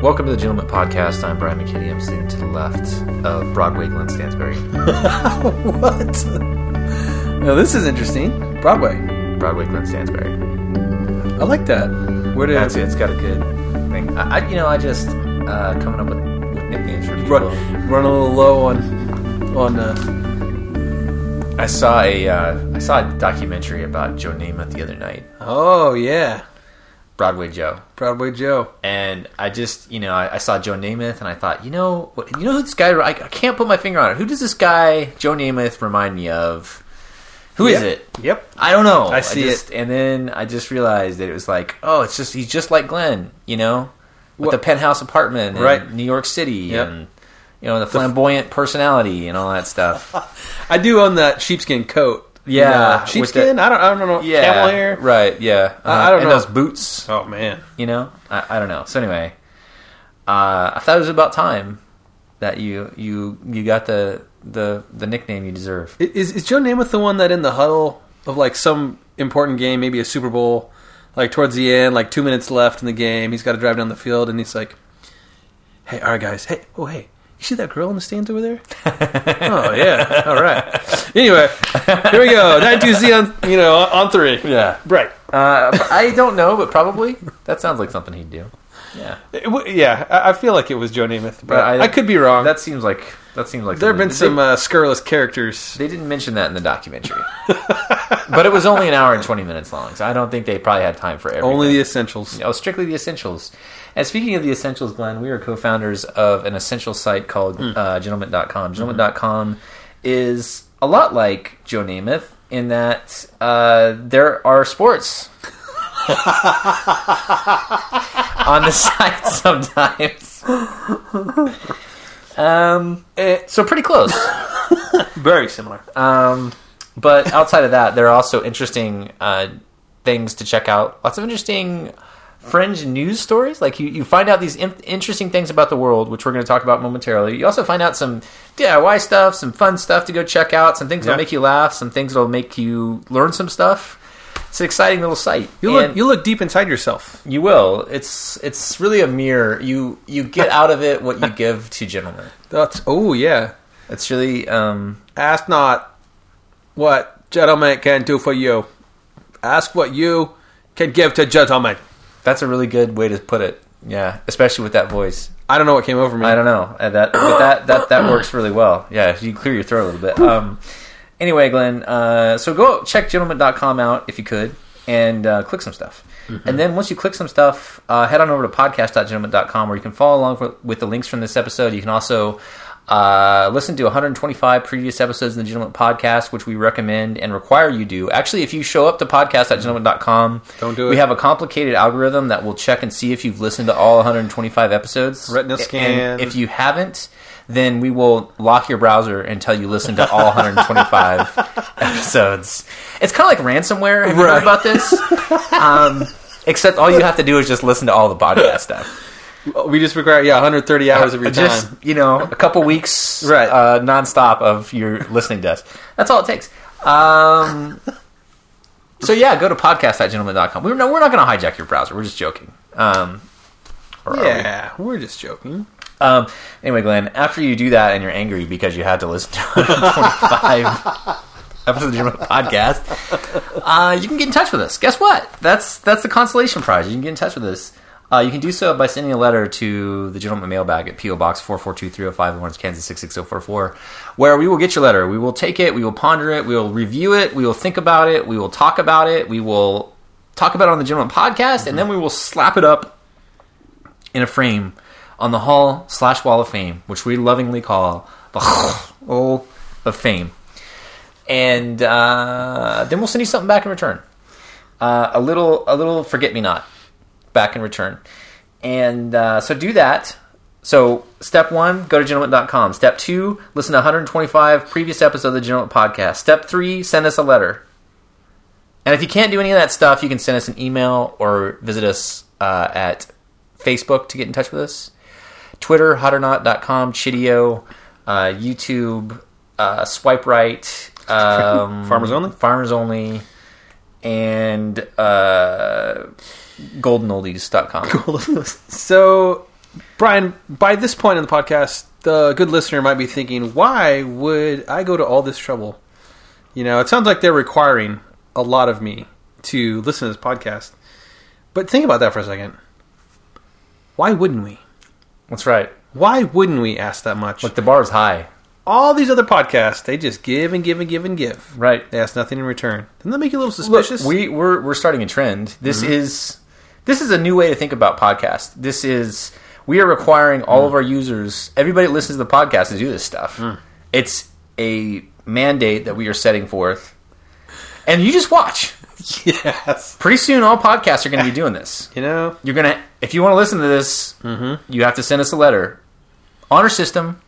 Welcome to the Gentleman Podcast. I'm Brian McKinney. I'm sitting to the left of Broadway Glenn Stansbury. What? Now this is interesting. Broadway. Broadway Glenn Stansbury. I like that. Where did That's it. It's got a good thing. I, I you know, I just uh, coming up with, with nicknames for people. Run, run a little low on on uh, I saw a uh, I saw a documentary about Joe Namath the other night, Oh yeah. Broadway Joe, Broadway Joe. and I just you know I, I saw Joe Namath and I thought you know what, you know who this guy I, I can't put my finger on it. Who does this guy Joe Namath remind me of? Who is Yep. it? Yep. I don't know. I see just, it. And then I just realized that it was like, oh, it's just he's just like Glenn, you know, with What- the penthouse apartment, in Right. New York City, Yep. and you know the flamboyant personality and all that stuff. I do own that sheepskin coat. Yeah, Uh, with sheepskin? I don't I don't know. yeah, Camel hair. right? Yeah, I- I don't and know. those boots, Oh man. you know, I, I don't know. So anyway, uh, I thought it was about time that you you you got the the the nickname you deserve. I- Is is Joe Namath the one that in the huddle of like some important game, maybe a Super Bowl, like towards the end, like two minutes left in the game, he's got to drive down the field, and he's like, "Hey, all right, guys, hey, oh hey, you see that girl in the stands over there? oh yeah, all right. Anyway, here we go. Nine two Z on you know on, on three. Yeah, Right. uh, I don't know, but probably that sounds like something he'd do. Yeah. It w- yeah, I, I feel like it was Joe Namath, but I- I, could be wrong. That seems like that seems like there have been something- some uh, scurrilous characters. They didn't mention that in the documentary, but it was only an hour and twenty minutes long, so I don't think they probably had time for everything. Only the essentials. oh, strictly the essentials. And speaking of the essentials, Glenn, we are co-founders of an essential site called uh, Gentleman.com. Gentleman.com is a lot like Joe Namath in that uh, there are sports on the site sometimes. um, Eh, so pretty close. very similar. Um, but outside of that, there are also interesting uh, things to check out. Lots of interesting fringe news stories. Like you, you find out these in- interesting things about the world, which we're going to talk about momentarily. You also find out some DIY stuff, some fun stuff to go check out, some things Yeah. that'll make you laugh, some things that'll make you learn some stuff. It's an exciting little site. You And- look. You look deep inside yourself. you will. It's it's really a mirror. You you get out of it what you give to gentlemen. That's oh yeah. It's really um, Ask not what gentlemen can do for you. Ask what you can give to gentlemen. That's a really good way to put it. Yeah, especially with that voice. I don't know what came over me. I don't know Uh, that, but that that that works really well. Yeah, if you clear your throat a little bit. Um, anyway, Glenn, uh, so go check gentleman.com out if you could, and uh, click some stuff. Mm-hmm. And then once you click some stuff, uh, head on over to podcast.gentleman.com where you can follow along for, with the links from this episode. You can also uh, listen to 125 previous episodes in the Gentleman Podcast, which we recommend and require you do. Actually, if you show up to podcast.gentleman.com, Don't do we it. have a complicated algorithm that will check and see if you've listened to all 125 episodes. Retina And scan. if you haven't, then we will lock your browser until you listen to all 125 episodes. It's kind of like ransomware. Have you heard Right. about this? um, except all you have to do is just listen to all the podcast stuff. We just require yeah 130 hours of your time. Just you know, a couple weeks, Right. Uh, nonstop of your listening to us. That's all it takes. Um, so yeah, go to podcast.gentleman.com. We're no, we're not going to hijack your browser. We're just joking. Um, or are we? yeah, we? are just joking. Um, anyway, Glenn, after you do that and you're angry because you had to listen to 125 episodes of your podcast, uh, you can get in touch with us. Guess what? That's that's the consolation prize. You can get in touch with us. Uh, you can do so by sending a letter to the Gentleman Mailbag at P.O. Box 442305 Lawrence, Kansas 66044, where we will get your letter. We will take it, we will ponder it, we will review it, we will think about it, we will talk about it, we will talk about it on the Gentleman Podcast, and then we will slap it up in a frame on the hall slash wall of fame, which we lovingly call the hall of fame. And uh, then we'll send you something back in return. Uh, a little, a little forget me not back in return. And uh, so do that. So, step one, go to gentleman.com. Step two, listen to 125 previous episodes of the Gentleman Podcast. Step three, send us a letter. And if you can't do any of that stuff, you can send us an email or visit us uh, at Facebook to get in touch with us. Twitter, hotornot.com, Chidio, uh, YouTube, uh, Swipe Right, um, Farmers Only? Farmers Only, and uh, goldenoldies.com. so, Brian, by this point in the podcast, the good listener might be thinking, why would I go to all this trouble? You know, it sounds like they're requiring a lot of me to listen to this podcast. But think about that for a second. Why wouldn't we? That's right. Why wouldn't we ask that much? Look, the bar is high. all these other podcasts, they just give and give and give and give. Right. They ask nothing in return. Doesn't that make you a little Look, Mm-hmm. suspicious? we we're we're starting a trend. This is this is a new way to think about podcasts. This is we are requiring all of our users, everybody that listens to the podcast, to do this stuff. It's a mandate that we are setting forth, and you just watch. yes. Pretty soon, all podcasts are going to be doing this. You know, You're gonna if you want to listen to this, Mm-hmm. you have to send us a letter. Honor system,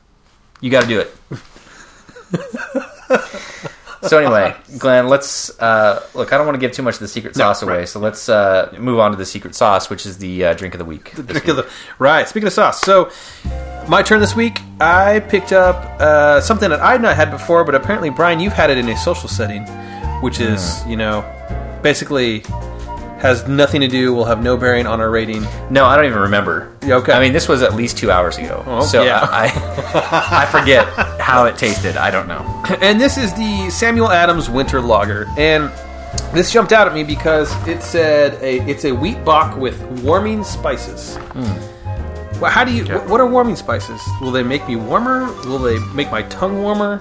you got to do it. so anyway, Glenn, let's uh, look. I don't want to give too much of the secret sauce away, so let's uh, move on to the secret sauce, which is the uh, drink of the week. this Drink of the- right. Speaking of sauce, so my turn this week. I picked up uh, something that I'd not had before, but apparently, Brian, you've had it in a social setting, which is you know, basically has nothing to do. Will have no bearing on our rating. week. No, I don't even remember. Yeah, okay. I mean, this was at least two hours ago, Oh, so yeah. I I I forget how it tasted. I don't know. and this is the Samuel Adams Winter Lager, and this jumped out at me because it said a, it's a wheat bock with warming spices. Hmm. Well, how do you? wh- What are warming spices? Will they make me warmer? Will they make my tongue warmer?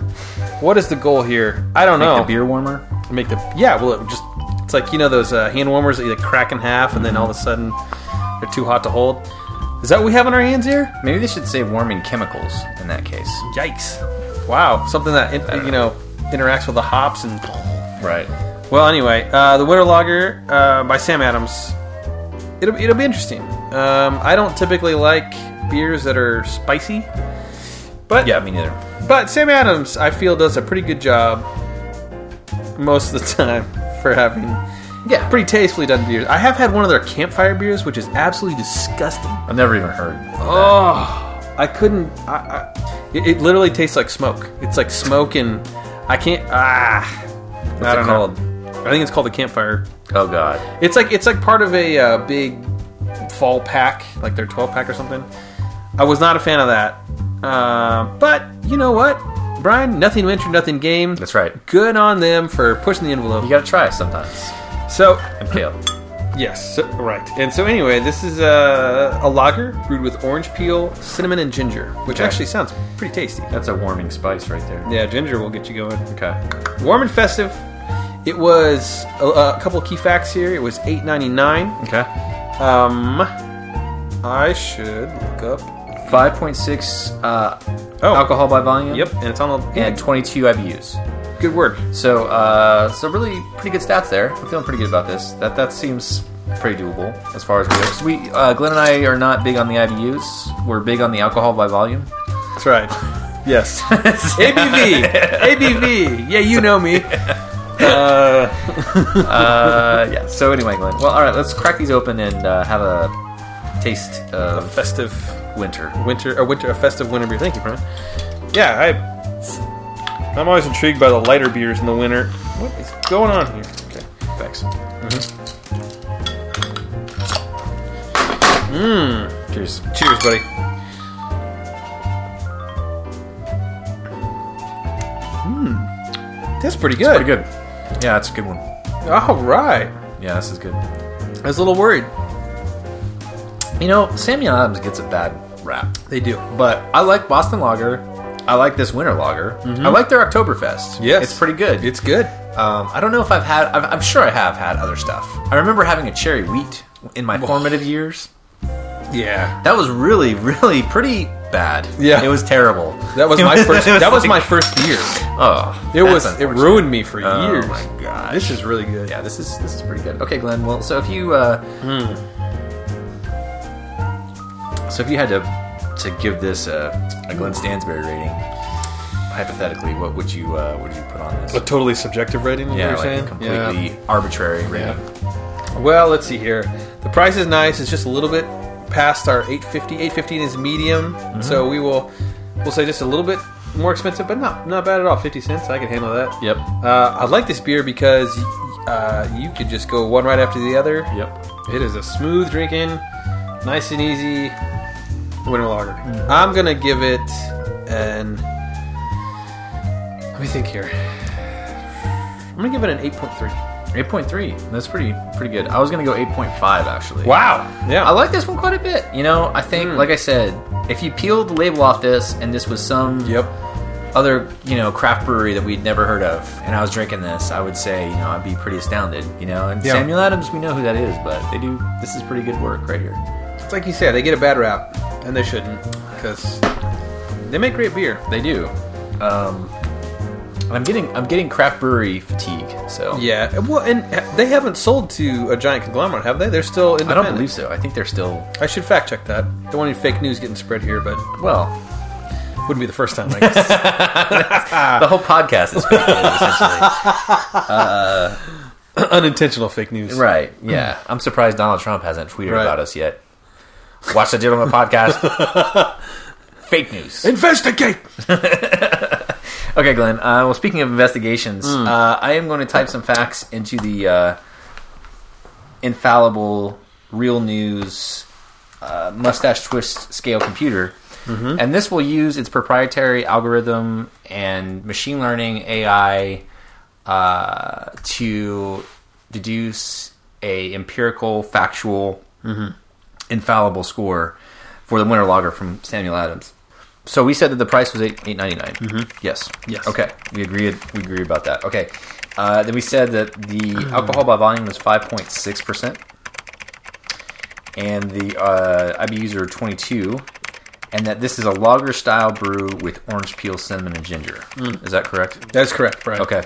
What is the goal here? I don't Like know. the beer warmer. Make the yeah. Well, it just it's like you know those uh, hand warmers that you like crack in half, and then all of a sudden they're too hot to hold. Is that what we have in our hands here? Maybe they should say warming chemicals in that case. Yikes! Wow, something that in- you know interacts with the hops and Right. Well, anyway, uh, the Winter Lager uh, by Sam Adams. It'll, it'll be interesting. Um, I don't typically like beers that are spicy, but Yeah, me neither. but Sam Adams, I feel, does a pretty good job most of the time for having Yeah, pretty tastefully done beers. I have had one of their campfire beers, which is absolutely disgusting. I've never even heard. Oh, I couldn't. I, I, it, it literally tastes like smoke. It's like smoke, and I can't. Ah, what's it called? I think it's called a campfire Oh God! It's like it's like part of a uh, big fall pack, like their 12 pack or something. I was not a fan of that, uh, but you know what, Brian? Nothing venture, nothing game. That's right. Good on them for pushing the You envelope. gotta try sometimes. So And fail. yes, so- right. And so anyway, this is uh, a, a lager brewed with orange peel, cinnamon, and ginger, which Okay. actually sounds pretty tasty. That's a warming spice right there. Yeah, ginger will get you going. Okay. Warm and festive. It was a, a couple key facts here. It was 8.99. Okay. Um, I should look up. Five point six uh, Oh, alcohol by volume. Yep, and it's on the And twenty two IBUs. Good work. So, uh, so really pretty good stats there. I'm feeling pretty good about this. That that seems pretty doable as far as we go. 'Cause we uh, Glenn and I are not big on the IBUs. We're big on the alcohol by volume. That's right. Yes. ABV. ABV. Yeah, you know me. Uh, Uh, yeah. So anyway, Glenn. Well, all right. Let's crack these open and uh, have a taste of festive winter. winter, a winter, a festive winter beer. Thank you, Brian. Yeah, I. I'm always intrigued by the lighter beers in the winter. What is going on here? Okay, thanks. Cheers. Cheers, buddy. Hmm. That's pretty good. Pretty good. Yeah, that's a good one. All right. Yeah, this is good. I was a little worried. You know, Samuel Adams gets a bad rap, They do. but I like Boston Lager. I like this Winter Lager. I like their Oktoberfest. Mm-hmm. Yes. it's pretty good. It's good. um, I don't know if I've had. I've, I'm sure I have had other stuff. I remember having a cherry wheat in my formative years. Yeah. That was really, really pretty bad. Yeah. it was terrible. That was It my first. it That was my like- first beer. Oh, It that's was. It unfortunate. ruined me for Oh years. my gosh. This is really good. yeah, this is this is pretty good. Okay, Glenn. Well, Hmm. so if you uh, so if you had to to give this a, a Glenn Stansberry rating, hypothetically, what would you uh, what would you put on this? A totally subjective rating, yeah, you're like saying? a completely arbitrary rating. Well, let's see here. The price is nice. It's just a little bit past our 850. 815 is medium, so we will we'll say just a little bit more expensive, but not not bad at all. 50 cents, I can handle that. Yep. Uh, I like this beer because uh, you could just go one right after the other. Yep. It is a smooth drinking, nice and easy winter lager. Mm-hmm. I'm gonna give it an. Let me think here. I'm gonna give it an 8.3. 8.3. That's pretty pretty good. I was gonna go 8.5 actually. Wow. Yeah. I like this one quite a bit. You know, I think, Mm. like I said, if you peeled the label off this and this was some Yep. other, you know, craft brewery that we'd never heard of, and I was drinking this, I would say, you know, I'd be pretty astounded. You know, and Yeah. Samuel Adams, we know who that is, but they do. This is pretty good work right here. It's like you said, they get a bad rap, and they shouldn't, because they make great beer. They do. Um, and I'm getting I'm getting craft brewery fatigue. So Yeah, well, and ha- they haven't sold to a giant conglomerate, have they? They're still I independent. don't believe so. I think they're still I should fact check that. Don't want any fake news getting spread here, but well. wouldn't be the first time. I guess. The whole podcast is fake news, essentially. Unintentional fake news. right. Yeah, Hmm. I'm surprised Donald Trump hasn't tweeted Right. about us yet. Watch the Gentleman podcast. fake news. Investigate. Okay, Glenn. Uh, well, speaking of investigations, uh, I am going to type some facts into the uh, infallible real news uh, mustache twist scale computer, and this will use its proprietary algorithm and machine learning AI uh, to deduce a empirical, factual, infallible score for the winter lager from Samuel Adams. So we said that the price was eight eight ninety Yes. Yes. Okay. We agreed. We agreed about that. Okay. Uh, then we said that the alcohol by volume was five point six percent, and the uh, IBUs are twenty two, and that this is a lager style brew with orange peel, cinnamon, and ginger. Is that correct? That's correct, Brian. Okay.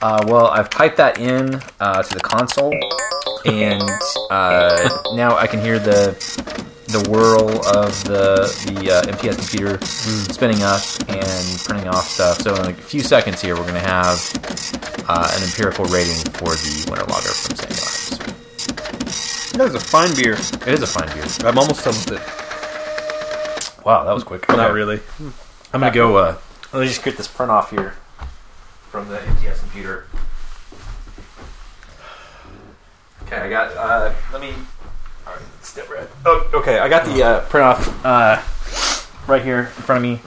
Uh, well, I've typed that in uh, to the console, and uh, now I can hear the the whirl of the the uh, MPS computer spinning up and printing off stuff. So in a few seconds here, we're going to have uh, an empirical rating for the winter lager from Samuel Adams. That is a fine beer. It is a fine beer. I'm almost done with it. Wow, that was quick. Not Okay. really. I'm gonna go. Uh, let me just get this print off here from the MTS computer. Okay, I got. Uh, let me. All right, step right. Oh, okay, I got the uh, print off uh, right here in front of me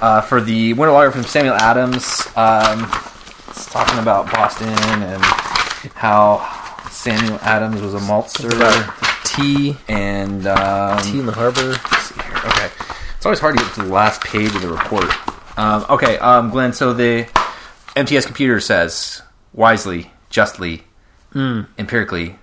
uh, for the Winter Lager from Samuel Adams. Um, it's talking about Boston and how Samuel Adams was a maltster, tea, and um, in the harbor. see here. Okay, it's always hard to get to the last page of the report. Um, okay, um, Glenn. So the MTS computer says wisely, justly, Hmm. empirically,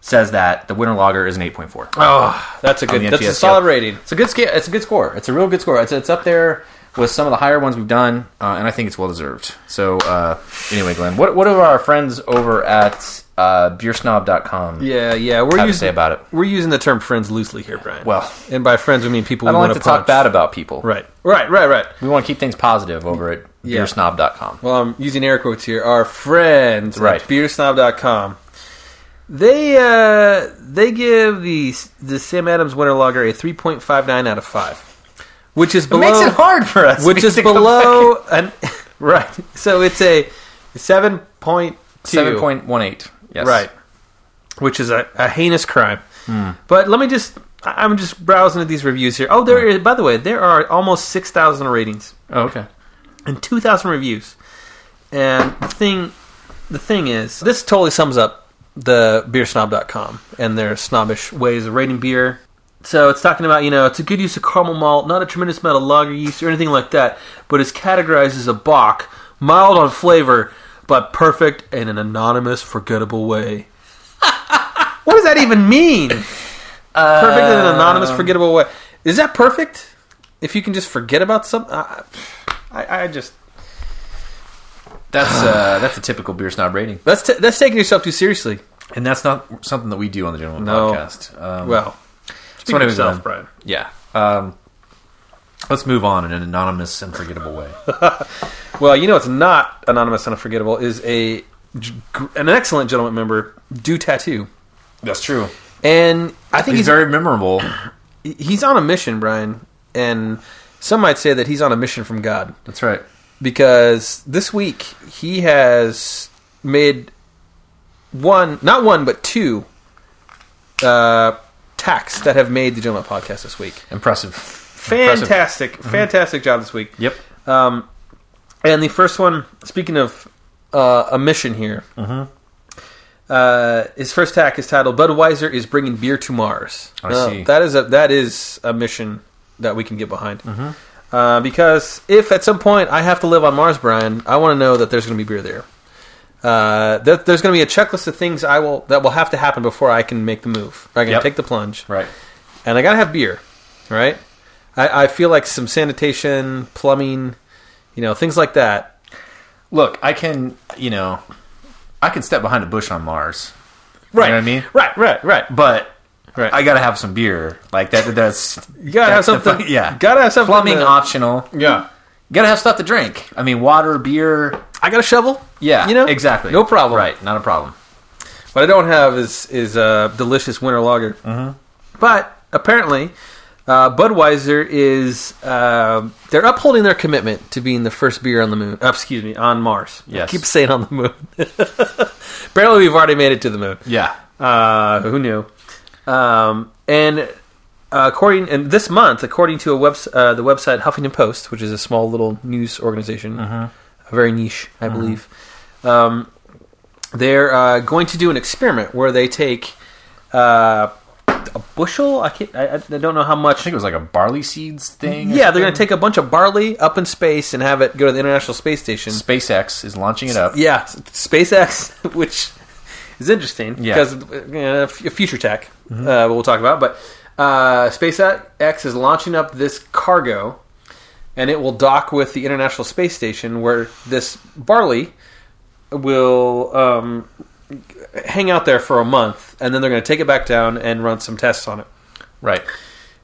says that the winter logger is an eight point four. Oh, that's a On the good. That's a NTS solid scale. rating. It's a good scale. It's a good score. It's a real good score. It's it's up there with some of the higher ones we've done, uh, and I think it's well deserved. So uh, anyway, Glenn, what what do our friends over at uh, beersnob.com? Yeah, yeah. We're Have to using say about it. We're using the term friends loosely here, Brian. Well- and by friends we mean people. I we don't like want to talk bad about people. Right, right, right, right. We want to keep things positive over at Yeah. beersnob.com. well, I'm using air quotes here, our friends Right. at beersnob.com. They uh, they give the the Sam Adams Winter Lager a 3.59 out of 5, which is below It makes it hard for us. which We have is to go below back an right. So it's a 7.2 and- 7.18. Yes. Right. Which is a, a heinous crime. But let me just I- I'm just browsing at these reviews here. Oh, there is by the way, there are almost 6,000 ratings Oh, okay. and 2,000 reviews. And the thing, the thing is, this totally sums up the beersnob.com and their snobbish ways of rating beer. So it's talking about you know it's a good use of caramel malt, not a tremendous amount of lager yeast or anything like that, but it's categorized as a bock, mild on flavor, but perfect in an anonymous, forgettable way. what does that even mean? perfect in an anonymous, forgettable way. Is that perfect? If you can just forget about something, I, I, I just That's uh, that's a typical beer snob rating, That's t- that's taking yourself too seriously. and that's not something that we do on the General No. Podcast. Um, well, speaking what I of was yourself, on. Brian. yeah. Um, Let's move on in an anonymous and forgettable way. Well, you know it's not anonymous and unforgettable is a g- an excellent gentleman member, Do Tattoo, That's true. and I think He's, he's very memorable. he's on a mission, Brian, and some might say that he's on a mission from God That's right. because this week he has made one, not one, but two uh, tacks that have made the Gentleman Podcast this week. Mm-hmm. Impressive. Impressive. Fantastic, fantastic job this week. Yep. Um, and the first one, speaking of uh, a mission here, Mm-hmm. uh, his first tack is titled "Budweiser is bringing beer to Mars." I Now, see. That is a that is a mission that we can get behind. Mm-hmm. Uh, because if at some point I have to live on Mars, Brian, I want to know that there's going to be beer there. Uh, that there's going to be a checklist of things I will that will have to happen before I can make the move. I can Yep. take the plunge Right. and I gotta have beer, right? I, I feel like some sanitation, plumbing, you know, things like that. Look, I can, you know, I can step behind a bush on Mars, Right. what I mean? Right. Right. Right. but Right. I gotta have some beer. Like that. That's you gotta have that's the something. fu- yeah. Gotta have something. plumbing to- optional. Yeah. Gotta have stuff to drink. I mean, water, beer. I got a shovel. Yeah. You know exactly. No problem. Right. Not a problem. What I don't have is is a delicious winter lager. But apparently, uh, Budweiser is uh, they're upholding their commitment to being the first beer on the moon. uh, excuse me, on Mars. Yes. I keep saying on the moon. apparently, we've already made it to the moon. Yeah. Uh, who knew? Um, and uh, according and this month, according to a webs- uh, the website Huffington Post, which is a small little news organization, Mm-hmm. very niche, I believe, um, they're uh, going to do an experiment where they take uh, a bushel. I can't. I, I don't know how much. I think it was like a barley seeds thing. or yeah, they're going to something. take a bunch of barley up in space and have it go to the International Space Station. SpaceX is launching it up. Yeah, s- SpaceX, which is interesting Yeah. Mm-hmm. because uh, f- future tech uh, we'll talk about. But uh, SpaceX is launching up this cargo, and it will dock with the International Space Station, where this barley will um, hang out there for a month, and then they're going to take it back down and run some tests on it. Right.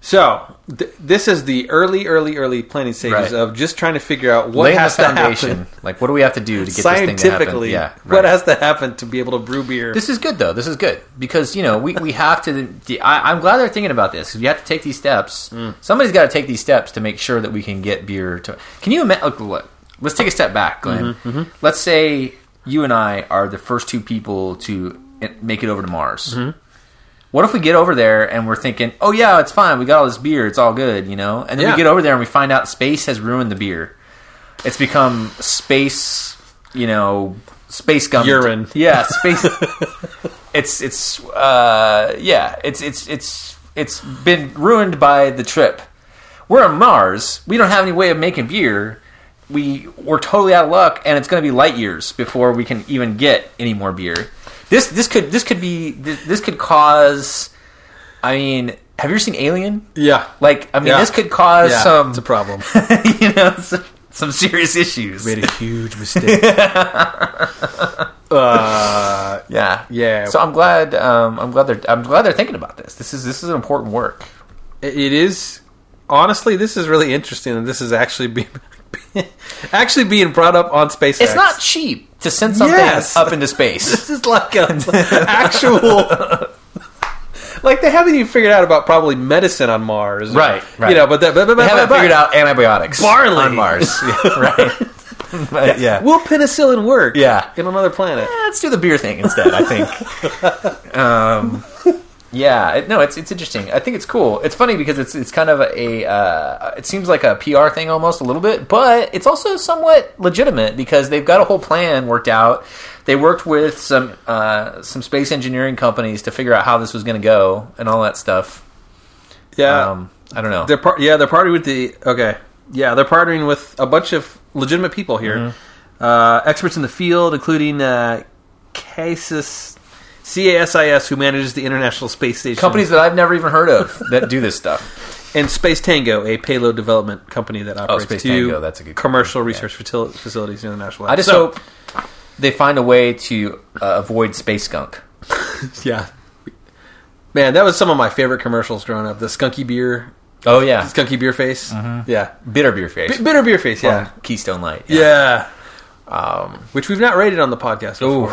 So th- this is the early, early, early planning Right. stages of just trying to figure out what Laying has the to foundation. happen Like, what do we have to do to get this thing to happen? scientifically Yeah. Right. what has to happen to be able to brew beer. This is good though. This is good because you know we, we have to. The, I, I'm glad they're thinking about this. 'cause You have to take these steps. Somebody's got to take these steps to make sure that we can get beer. to Can you imagine? Look, look, let's take a step back, Glenn. Let's say you and I are the first two people to i- make it over to Mars. What if we get over there and we're thinking, oh yeah, it's fine. We got all this beer. It's all good, you know. And then Yeah. we get over there and we find out space has ruined the beer. It's become space, you know, space gum Urine. Yeah, space. it's it's uh yeah, it's it's it's it's been ruined by the trip. We're on Mars. We don't have any way of making beer. We we're totally out of luck, and it's going to be light years before we can even get any more beer. This this could this could be this, this could cause. I mean, have you ever seen Alien? yeah, Like, I mean, Yeah. this could cause yeah, some it's a problem. you know some, some serious issues. Made a huge mistake. uh, Yeah, Yeah. So I'm glad. Um, I'm glad they're. I'm glad they're thinking about this. This is this is an important work. it it is honestly, this is really interesting, and this is actually being actually being brought up on SpaceX. It's not cheap to send something Yes. up into space. This is like an actual. Like they haven't even figured out about probably medicine on Mars, Right, right. You know, but that, but, but, They but, haven't but- figured out antibiotics Barley. on Mars, Yeah, right? But, yeah. will penicillin work? Yeah. in another planet. Let's do the beer thing instead. I think. um, yeah, it, no, it's it's interesting. I think it's cool. It's funny because it's it's kind of a uh, it seems like a PR thing almost a little bit, but it's also somewhat legitimate because they've got a whole plan worked out. They worked with some uh, some space engineering companies to figure out how this was going to go and all that stuff. Yeah, Um, I don't know. They're par- yeah, they're partnering with the okay. Yeah, they're partnering with a bunch of legitimate people here, Mm-hmm. uh, experts in the field, including uh, CASIS, CASIS, who manages the International Space Station, Companies that I've never even heard of that do this stuff. and Space Tango, a payload development company that operates Oh, Space two Tango, that's a good commercial research fatil- facilities in the national. I just So- hope they find a way to uh, avoid space skunk. yeah, man, that was some of my favorite commercials growing up. The Skunky Beer Oh yeah, Skunky beer face. Mm-hmm. Yeah. bitter beer face. B- bitter beer face. from Yeah. Keystone Light. Yeah. Um, Which we've not rated on the podcast. Before.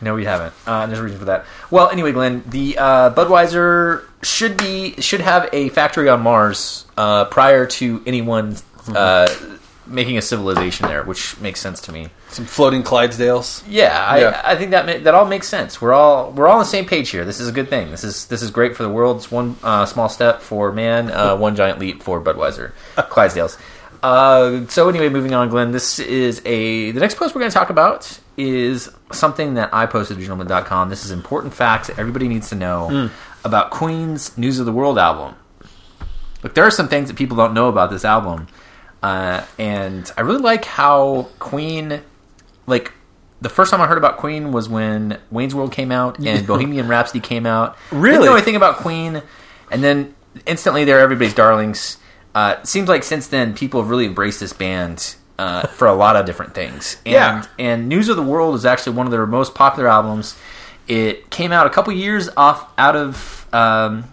no, we haven't. Uh, there's a reason for that. Well, anyway, Glenn, the uh, Budweiser should be should have a factory on Mars uh, prior to anyone uh, Mm-hmm. making a civilization there, which makes sense to me. Some floating Clydesdales. Yeah, I, Yeah. I think that ma- that all makes sense. We're all we're all on the same page here. This is a good thing. This is this is great for the world. It's one uh, small step for man, uh, one giant leap for Budweiser, Clydesdales. Uh, so anyway, moving on, Glenn. This is a the next post we're going to talk about is something that I posted to gentleman.com. This is important facts that everybody needs to know about Queen's News of the World album. Look, there are some things that people don't know about this album, uh, and I really like how Queen like the first time I heard about Queen was when Wayne's World came out and Bohemian Rhapsody came out. Really? didn't know anything about Queen, and then instantly they're everybody's darlings. Uh, it seems like since then people have really embraced this band uh, for a lot of different things. And, Yeah. and News of the World is actually one of their most popular albums. It came out a couple years off out of um,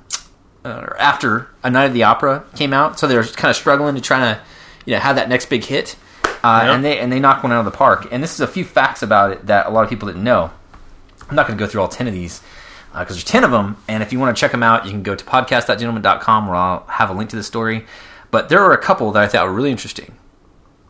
or after A Night of the Opera came out, so they were kind of struggling to try to, you know, have that next big hit, uh, Yeah. and they and they knocked one out of the park. And this is a few facts about it that a lot of people didn't know. I'm not going to go through all ten of these because there's ten of them, and if you want to check them out, you can go to podcast.gentleman.com where I'll have a link to the story. But there were a couple that I thought were really interesting,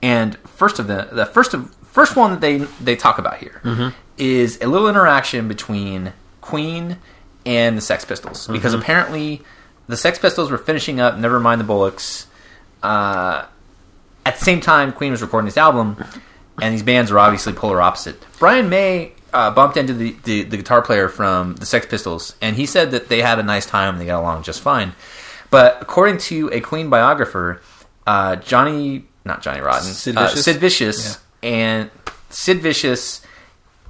and first of the the first of first one that they they talk about here is a little interaction between Queen and the Sex Pistols because apparently the Sex Pistols were finishing up Never Mind the Bullocks. Uh, at the same time, Queen was recording this album, and these bands were obviously polar opposite. Brian May uh, bumped into the, the, the guitar player from the Sex Pistols, and he said that they had a nice time and they got along just fine. But according to a Queen biographer, uh, Johnny, not Johnny Rodden, Sid uh, Vicious? Sid Vicious and Sid Vicious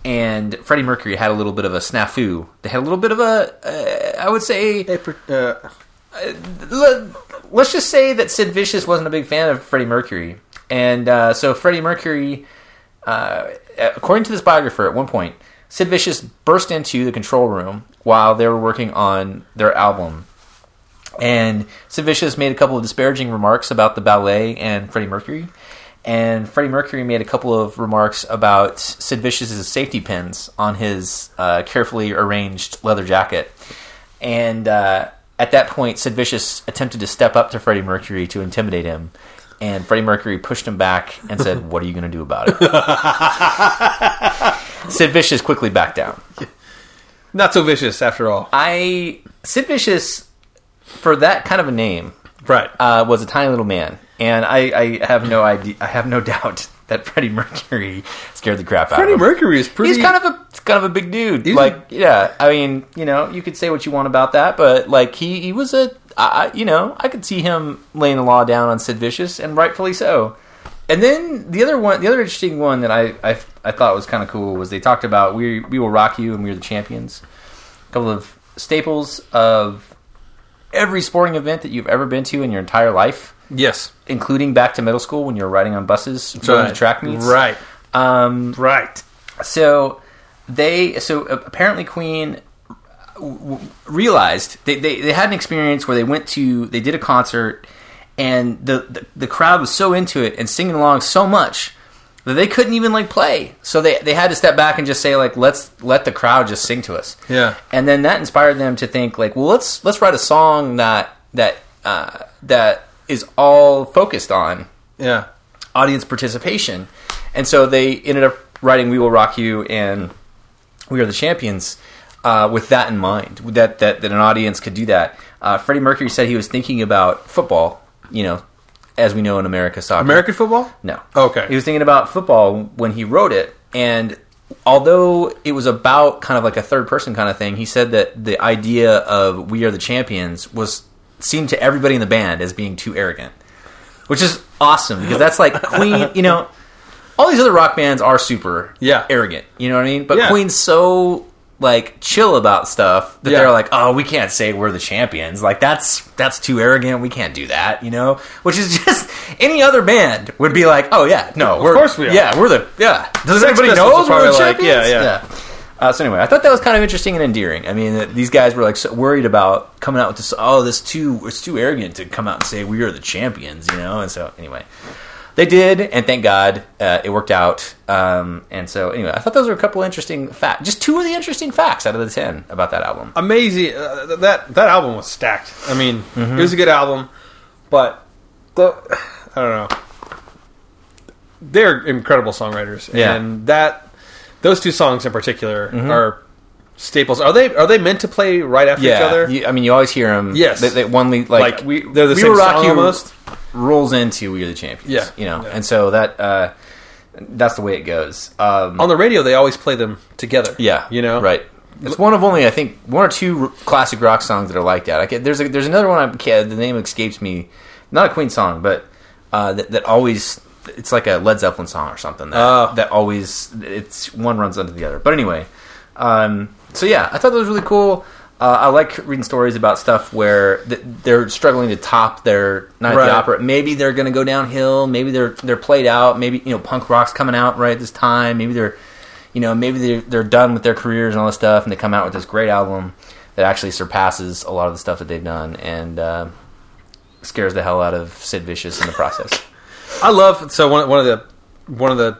and Freddie Mercury had a little bit of a snafu. They had a little bit of a, uh, I would say, They per- uh, let- let's just say that Sid Vicious wasn't a big fan of Freddie Mercury, and uh, so Freddie Mercury, uh, according to this biographer, at one point Sid Vicious burst into the control room while they were working on their album, and Sid Vicious made a couple of disparaging remarks about the ballet and Freddie Mercury. And Freddie Mercury made a couple of remarks about Sid Vicious's safety pins on his uh, carefully arranged leather jacket. And uh, at that point, Sid Vicious attempted to step up to Freddie Mercury to intimidate him. And Freddie Mercury pushed him back and said, What are you going to do about it? Sid Vicious quickly backed down. not so vicious after all. I. Sid Vicious, for that kind of a name, Right. uh, was a tiny little man, and I, I have no idea. I have no doubt that Freddie Mercury scared the crap out Freddie of him. Mercury is pretty. He's kind of a he's kind of a big dude. He's- like, yeah, I mean, you know, you could say what you want about that, but like, he he was a, I, I- you know, I could see him laying the law down on Sid Vicious, and rightfully so. And then the other one, the other interesting one that I I, I thought was kind of cool was they talked about we we will rock you and we're the champions. A couple of staples of every sporting event that you've ever been to in your entire life yes. including back to middle school when you're riding on buses going to track meets. Right. Um, Right. so they so apparently Queen uh, realized they, they, they had an experience where they went to they did a concert and the, the the crowd was so into it and singing along so much that they couldn't even like play so they they had to step back and just say like let's let the crowd just sing to us Yeah. and then that inspired them to think like well let's let's write a song that that uh, that is all focused on Yeah. audience participation. And so they ended up writing "We Will Rock You" and "We Are the Champions" uh, with that in mind. That, that that an audience could do that. Uh, Freddie Mercury said he was thinking about football. You know, as we know in America, soccer. American football. No. Okay. He was thinking about football when he wrote it, and although it was about kind of like a third person kind of thing, he said that the idea of "We Are the Champions" was seemed to everybody in the band as being too arrogant, which is awesome because that's like Queen. You know, all these other rock bands are super Yeah. arrogant. You know what I mean? But Yeah. Queen's so like chill about stuff that Yeah. they're like oh we can't say we're the champions like that's that's too arrogant we can't do that you know which is just any other band would be like oh yeah no we're, course we are. yeah we're the yeah does Sex anybody Pistols know are we're the probably like, champions yeah, yeah. Uh, so anyway, I thought that was kind of interesting and endearing. I mean, that these guys were like so worried about coming out with this. Oh, this too. It's too arrogant to come out and say we are the champions, you know. And so anyway, they did, and thank God uh, it worked out. Um, and so anyway, I thought those were a couple interesting facts. Just two of the interesting facts out of the ten about that album. amazing. Uh, th- that that album was stacked. I mean, it was a good album, but the I don't know. They're incredible songwriters, Yeah. Mm-hmm. and that those two songs in particular are staples. Are they are they meant to play right after each other? you- I mean, you always hear them. Yes. they, they, one lead like, like, we they're the We same Will song Rock You almost. rolls into "We Are the Champions." Yeah. you know, Yeah. and so that uh, that's the way it goes. Um, On the radio, they always play them together. yeah, you know, right. It's one of only I think one or two r- classic rock songs that are like that. I can, there's a, there's another one. I can the name escapes me. Not a Queen song, but uh, that, that always it's like a Led Zeppelin song or something. That, Oh. that always it's one runs under the other. But anyway, um, so yeah, I thought that was really cool. Uh, I like reading stories about stuff where th- they're struggling to top their Night at Right. the Opera. Maybe they're going to go downhill. Maybe they're they're played out. Maybe you know punk rock's coming out right at this time. Maybe they're you know maybe they're they're done with their careers and all this stuff, and they come out with this great album that actually surpasses a lot of the stuff that they've done and uh, scares the hell out of Sid Vicious in the process. I love so one one of the one of the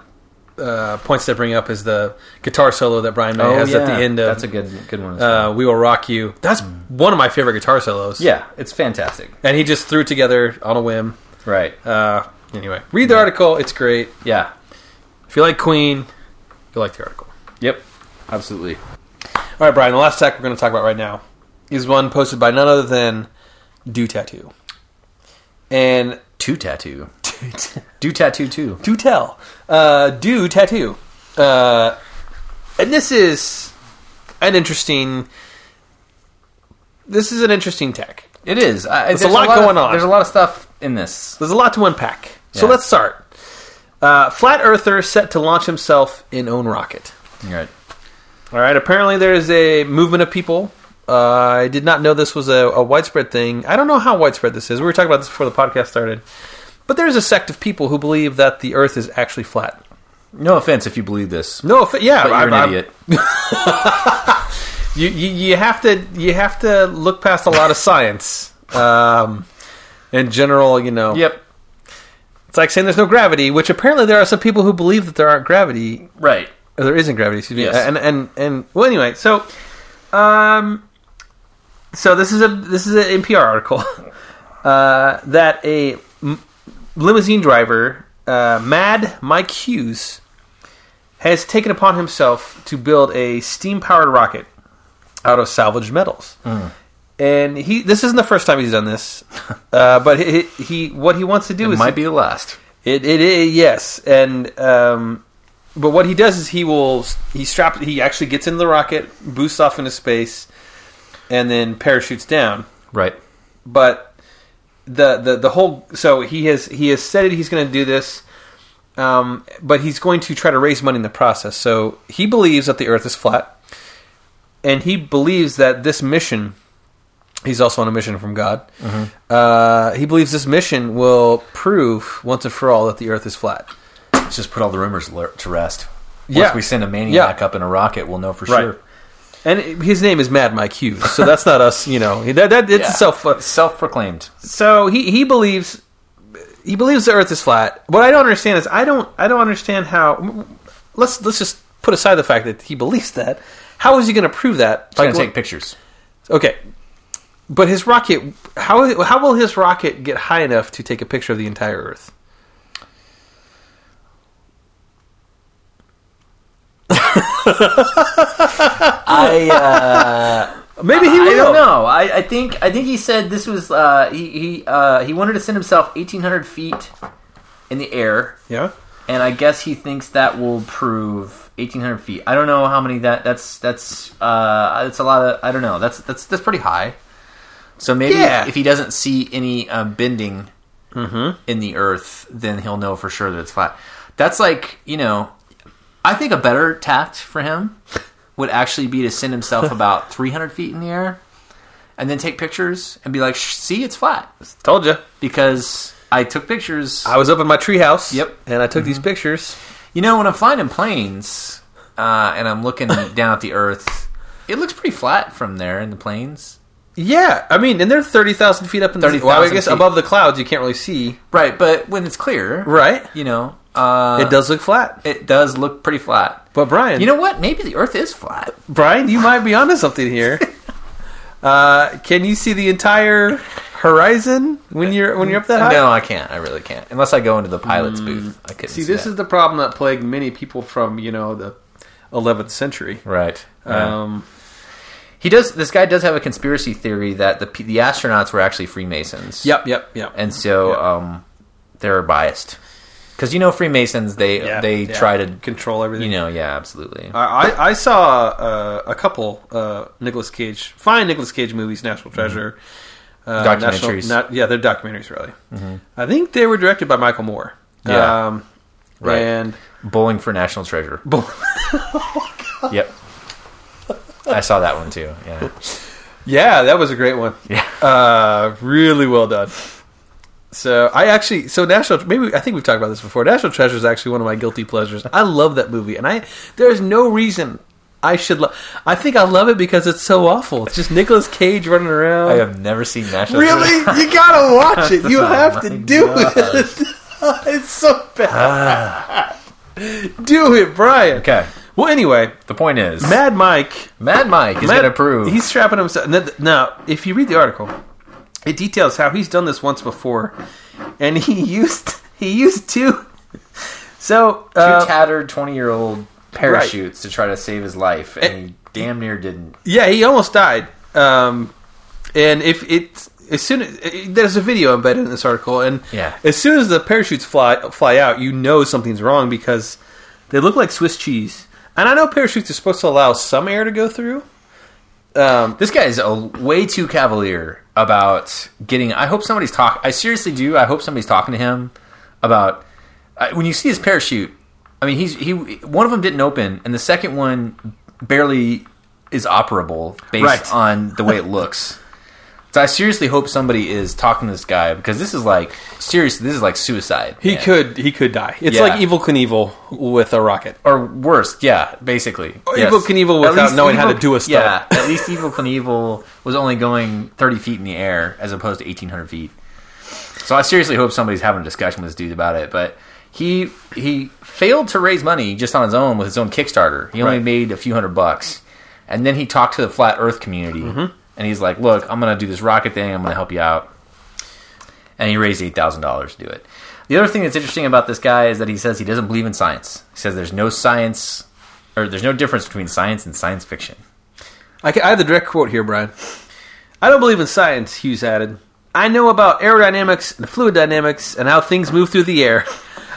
uh, points they bring up is the guitar solo that Brian May has at the end of Oh, that's a good good one. as well. uh, "We Will Rock You." That's one of my favorite guitar solos. yeah, it's fantastic. and he just threw it together on a whim. Right. Uh, anyway, read the article; it's great. yeah. If you like Queen, you'll like the article. Yep. Absolutely. All right, Brian. The last tech we're going to talk about right now is one posted by none other than Do Tattoo, and Two tattoo. Do tattoo too. Do Tell, uh, Do Tattoo, uh, and this is an interesting. This is an interesting tech. It is. I, a there's lot going of- on. There's a lot of stuff in this. There's a lot to unpack. So Yeah. let's start. Uh, flat Earther set to launch himself in own rocket. Right. All right. Apparently, there is a movement of people. Uh, I did not know this was a, a widespread thing. I don't know how widespread this is. We were talking about this before the podcast started. But there is a sect of people who believe that the Earth is actually flat. No offense if you believe this. No, if, yeah, but I- you're an I- idiot. You, you you have to you have to look past a lot of science. Um, in general, you know, Yep. it's like saying there's no gravity, which apparently there are some people who believe that there aren't gravity Right. Or Oh, there isn't gravity, excuse me. Yes. And and and well, anyway, so, um, so this is a this is an NPR article uh, that a m- limousine driver, uh, Mad Mike Hughes, has taken upon himself to build a steam powered rocket out of salvaged metals. And he this isn't the first time he's done this, uh, but he, he what he wants to do It is might be the last. it, it, it yes, and um, but what he does is he will he strap he actually gets into the rocket, boosts off into space, and then parachutes down. Right. But the the the whole so he has he has said it he's going to do this, um, but he's going to try to raise money in the process. So he believes that the Earth is flat, and he believes that this mission. He's also on a mission from God. Uh, he believes this mission will prove once and for all that the Earth is flat. Let's just put all the rumors le- to rest. Once Yeah. we send a maniac Yeah. up in a rocket, we'll know for Right. sure. And his name is Mad Mike Hughes, so that's not us, you know. That, uh, that it's Yeah. self. Self-proclaimed. So he he believes he believes the Earth is flat. What I don't understand is I don't I don't understand how. Let's let's just put aside the fact that he believes that. How is he going to prove that? Trying Like, to what- take pictures. okay, but his rocket how how will his rocket get high enough to take a picture of the entire Earth? I Maybe he will. I don't know. I, I think I think he said this was uh, he he uh, he wanted to send himself 1,800 feet in the air, Yeah. and I guess he thinks that will prove 1,800 feet. I don't know how many that that's that's uh, that's a lot of I don't know. That's that's that's pretty high. So maybe Yeah. if he doesn't see any uh, bending in the earth, then he'll know for sure that it's flat. That's like you know, I think a better tact for him would actually be to send himself about 300 feet in the air and then take pictures and be like, "Shh, see, it's flat Told you. because I took pictures. I was up in my treehouse. Yep. And I took these pictures. You know, when I'm flying in planes, uh, and I'm looking down at the Earth. It looks pretty flat from there in the plains. Yeah, I mean, and they're thirty thousand feet up in the 30,000 well, I guess feet. above the clouds, you can't really see. Right, but when it's clear, Right? You know, uh, it does look flat. It does look pretty flat. But Brian, You know what? Maybe the Earth is flat. Brian, you might be onto something here. uh, can you see the entire horizon when you're when you're up that high? Mm. No, I can't. I really can't. Unless I go into the pilot's booth, I couldn't See, this that. is the problem that plagued many people from you know the 11th century. right. Yeah. Um, he does. This guy does have a conspiracy theory that the pe- the astronauts were actually Freemasons. yep, yep, yep. and so Yep. um, they're biased because you know Freemasons they Yeah, they yeah. try to control everything. you know yeah absolutely I, I- I saw uh, a couple uh, Nicolas Cage, fine Nicolas Cage movies, National Treasure, uh, Documentaries. National- not- yeah, they're documentaries, really. I think they were directed by Michael Moore. Yeah. um, Right. And bowling for national treasure. Yep, I saw that one too. Yeah, yeah, that was a great one. yeah. Uh, really well done. So I actually, so National, maybe I think we've talked about this before. National Treasure is actually one of my guilty pleasures. I love that movie, and I there's no reason I should love. I think I love it because it's so awful. It's just Nicolas Cage running around. I have never seen national. Really? Treasure. You gotta watch it. You Oh have to my do it. it's so bad. do it, Brian. Ah. Okay. Well, anyway, The point is, Mad, Mad Mike. Mike is Mad, going to prove. He's strapping himself. now- Now, if you read the article, it details how he's done this once before, and he used he used two. So two uh, tattered 20 year old parachutes to try to save his life, and Eh. he damn near didn't. Yeah, he almost died. Um, and if it as soon as it, there's a video embedded in this article, and Yeah. as soon as the parachutes fly fly out, you know something's wrong because they look like Swiss cheese. And I know parachutes are supposed to allow some air to go through. Um, This guy is a, way too cavalier about getting. I hope somebody's talk. I seriously do. I hope somebody's talking to him about I, when you see his parachute. I mean, he's he. One of them didn't open, and the second one barely is operable based Right. on the way it looks. So I seriously hope somebody is talking to this guy because this is like seriously, this is like suicide. he man. could he could die. It's Yeah. like Evil Knievel with a rocket. or worse, yeah, basically. Or Evel Knievel At without least knowing how to do a stunt. Yeah, at least Evil Knievel was only going 30 feet in the air as opposed to 1,800 feet. So I seriously hope somebody's having a discussion with this dude about it. But he he failed to raise money just on his own with his own Kickstarter. He only Right. made a few hundred bucks, and then he talked to the flat Earth community, Mm-hmm. and he's like, "Look, I'm going to do this rocket thing. I'm going to help you out." and he raised eight thousand dollars to do it. The other thing that's interesting about this guy is that he says he doesn't believe in science. He says there's no science, or there's no difference between science and science fiction. I, ca- I have the direct quote here, Brian. I don't believe in science, Hughes added. I know about aerodynamics and fluid dynamics and how things move through the air,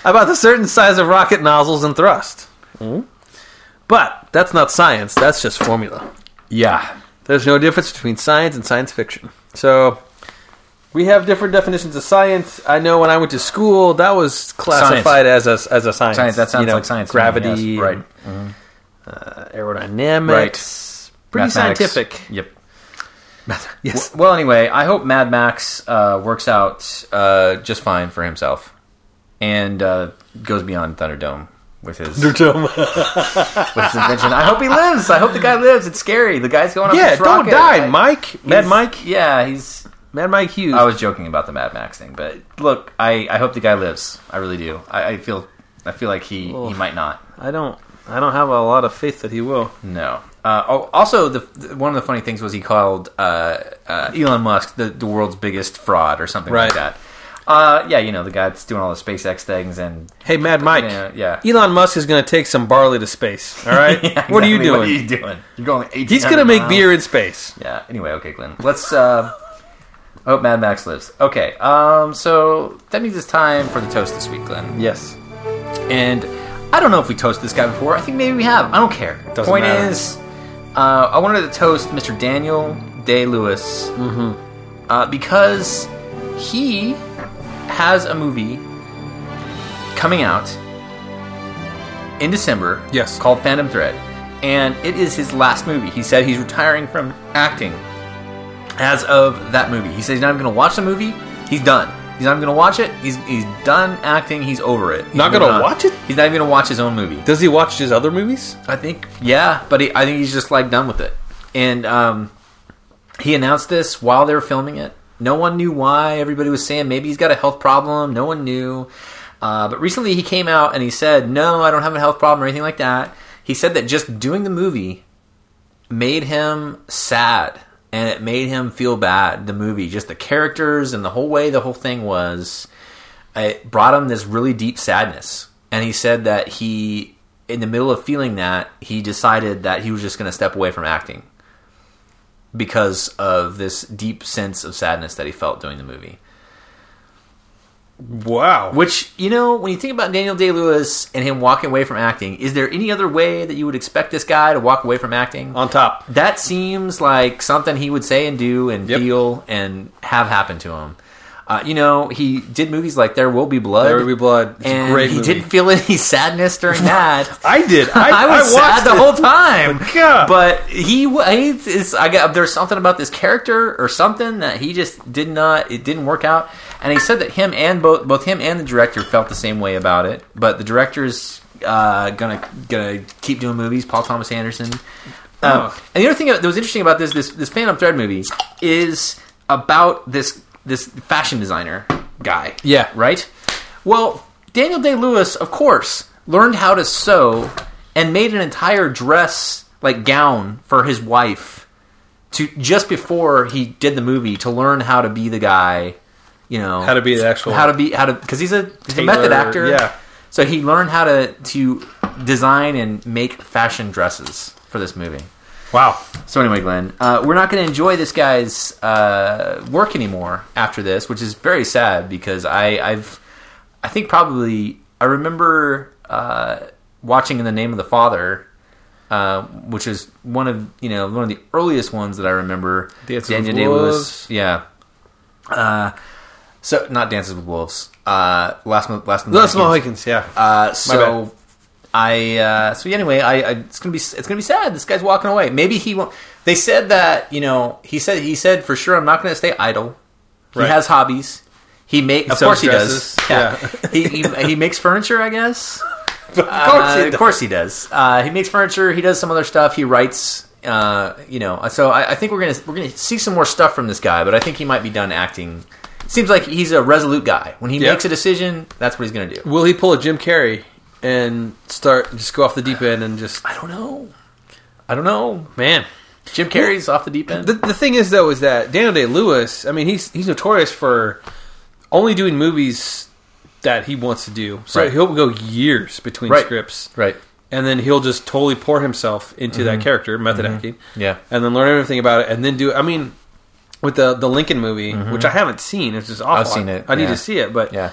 about the certain size of rocket nozzles and thrust. Hmm? But that's not science, that's just formula. Yeah, There's no difference between science and science fiction. So, we have different definitions of science. I know when I went to school, that was classified as a, as a science. science. That sounds You know, like science. to me, Gravity, yes, right? uh, aerodynamics. Pretty Mathematics. scientific. Yep. Yes. W- Well, anyway, I hope Mad Max uh, works out uh, just fine for himself and uh, goes beyond Thunderdome with his, with his invention. I hope he lives. I hope the guy lives. It's scary. The guy's going up Yeah, this don't rocket. die, I- Mike. Mad he's- Mike. Yeah, he's Mad Mike Hughes. I was joking about the Mad Max thing, but look, I, I hope the guy lives. I really do. I, I feel I feel like he, he Oof. might not. I don't. I don't have a lot of faith that he will. No. Uh, oh, also, the, the- one of the funny things was he called uh, uh, Elon Musk the, the world's biggest fraud or something Right. like that. Uh, yeah, you know the guy that's doing all the SpaceX things and Hey, Mad Mike. yeah, yeah. Elon Musk is going to take some barley to space. All right. Yeah, What are you exactly. doing? What are you doing? You're going. He's going to make beer in space. Yeah. Anyway, okay, Glenn. Let's. Uh, I hope Mad Max lives. Okay. Um. So that means it's time for the toast this week, Glenn. Yes. And I don't know if we toasted this guy before. I think maybe we have. I don't care. Doesn't Point matter. is, uh, I wanted to toast Mr. Daniel Day Lewis Mm-hmm. uh, because he has a movie coming out in December. Yes. Called Phantom Thread. And it is his last movie. He said he's retiring from acting as of that movie. He says he's not even going to watch the movie. He's done. He's He's not even gonna watch it. He's he's done acting. He's over it. He's Not gonna moving on. watch it? He's not even gonna watch his own movie. Does he watch his other movies? I think yeah, but he, I think he's just like done with it. And um, he announced this while they were filming it. No one knew why. Everybody was saying maybe he's got a health problem. No one knew. Uh, but recently he came out and he said, "No, I don't have a health problem or anything like that." He said that just doing the movie made him sad and it made him feel bad. The movie, just the characters and the whole way the whole thing was it brought him this really deep sadness. And he said that he, in the middle of feeling that, he decided that he was just going to step away from acting because of this deep sense of sadness that he felt doing the movie. Wow. Which, you know, when you think about Daniel Day Lewis and him walking away from acting, is there any other way that you would expect this guy to walk away from acting? On top. that seems like something he would say and do and Yep. feel and have happen to him. Uh, you know, he did movies like There Will Be Blood. There Will Be Blood. It's a and great he movie. didn't feel any sadness during that. I did. I, I, was sad watched the it. whole time. God. But he, wa- he is, I got there's something about this character or something that he just did not. It didn't work out. And he said that him and both both him and the director felt the same way about it. But the director's uh, gonna gonna keep doing movies. Paul Thomas Anderson. Um, Oh. And the other thing that was interesting about this this this Phantom Thread movie is about this this fashion designer guy. Yeah. Right? Well, Daniel Day Lewis, of course, learned how to sew and made an entire dress, like gown, for his wife to just before he did the movie to learn how to be the guy, you know, How to be the actual. how to be how to because he's a he's a Tailor, method actor. yeah. So he learned how to to design and make fashion dresses for this movie. wow. So anyway, Glenn, uh, we're not going to enjoy this guy's uh, work anymore after this, which is very sad because I, I've, I think probably I remember uh, watching in the name of the Father, uh, which is one of you know one of the earliest ones that I remember. Dances Daniel with Day-Lewis. Wolves. yeah. Uh, so not Dances with Wolves. Uh, last month, last month, The Small Higgins, yeah. uh, bad. so I uh, so anyway, I, I it's gonna be it's gonna be sad. This guy's walking away. Maybe he won't. They said that you know he said he said for sure I'm not gonna stay idle. He Right. has hobbies. He make of sews course he dresses. does. Yeah, he, he he makes furniture. I guess. of course Uh, of course he does. Uh, he makes furniture. He does some other stuff. He writes. Uh, you know, so I, I think we're gonna we're gonna see some more stuff from this guy, but I think he might be done acting. Seems like he's a resolute guy. When he Yeah. makes a decision, that's what he's gonna do. Will he pull a Jim Carrey and start just go off the deep end and just I don't know. I don't know. man? Jim Carrey's off the deep end. The, the thing is though is that Daniel Day Lewis. I mean, he's he's notorious for only doing movies that he wants to do. So Right. he'll go years between Right. scripts, right. Mm-hmm. and then he'll just totally pour himself into that character, method acting, Yeah. and then learn everything about it, and then do. I mean, with the the Lincoln movie, which I haven't seen, it's just awful. Mm-hmm. I've seen it, I, need yeah. to see it, but Yeah.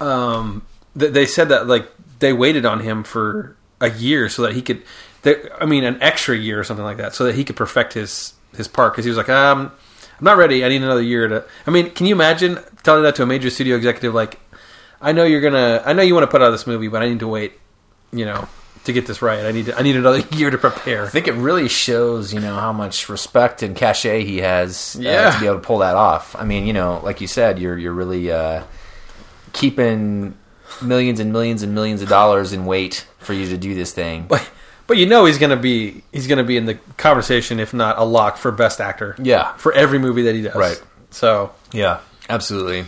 um, th- they said that like they waited on him for a year so that he could, they, I mean, an extra year or something like that, so that he could perfect his his part because he was like, um, I'm not ready. I need another year to. I mean, can you imagine telling that to a major studio executive? Like, I know you're gonna, I know you want to put out this movie, but I need to wait, you know, to get this right. I need, to, I need another year to prepare. I think it really shows, you know, how much respect and cachet he has uh, Yeah. to be able to pull that off. I mean, you know, like you said, you're you're really uh, keeping millions and millions and millions of dollars in wait for you to do this thing. But, but you know, he's gonna be, he's gonna be in the conversation, if not a lock for best actor. Yeah. for every movie that he does. Right. So Yeah, absolutely.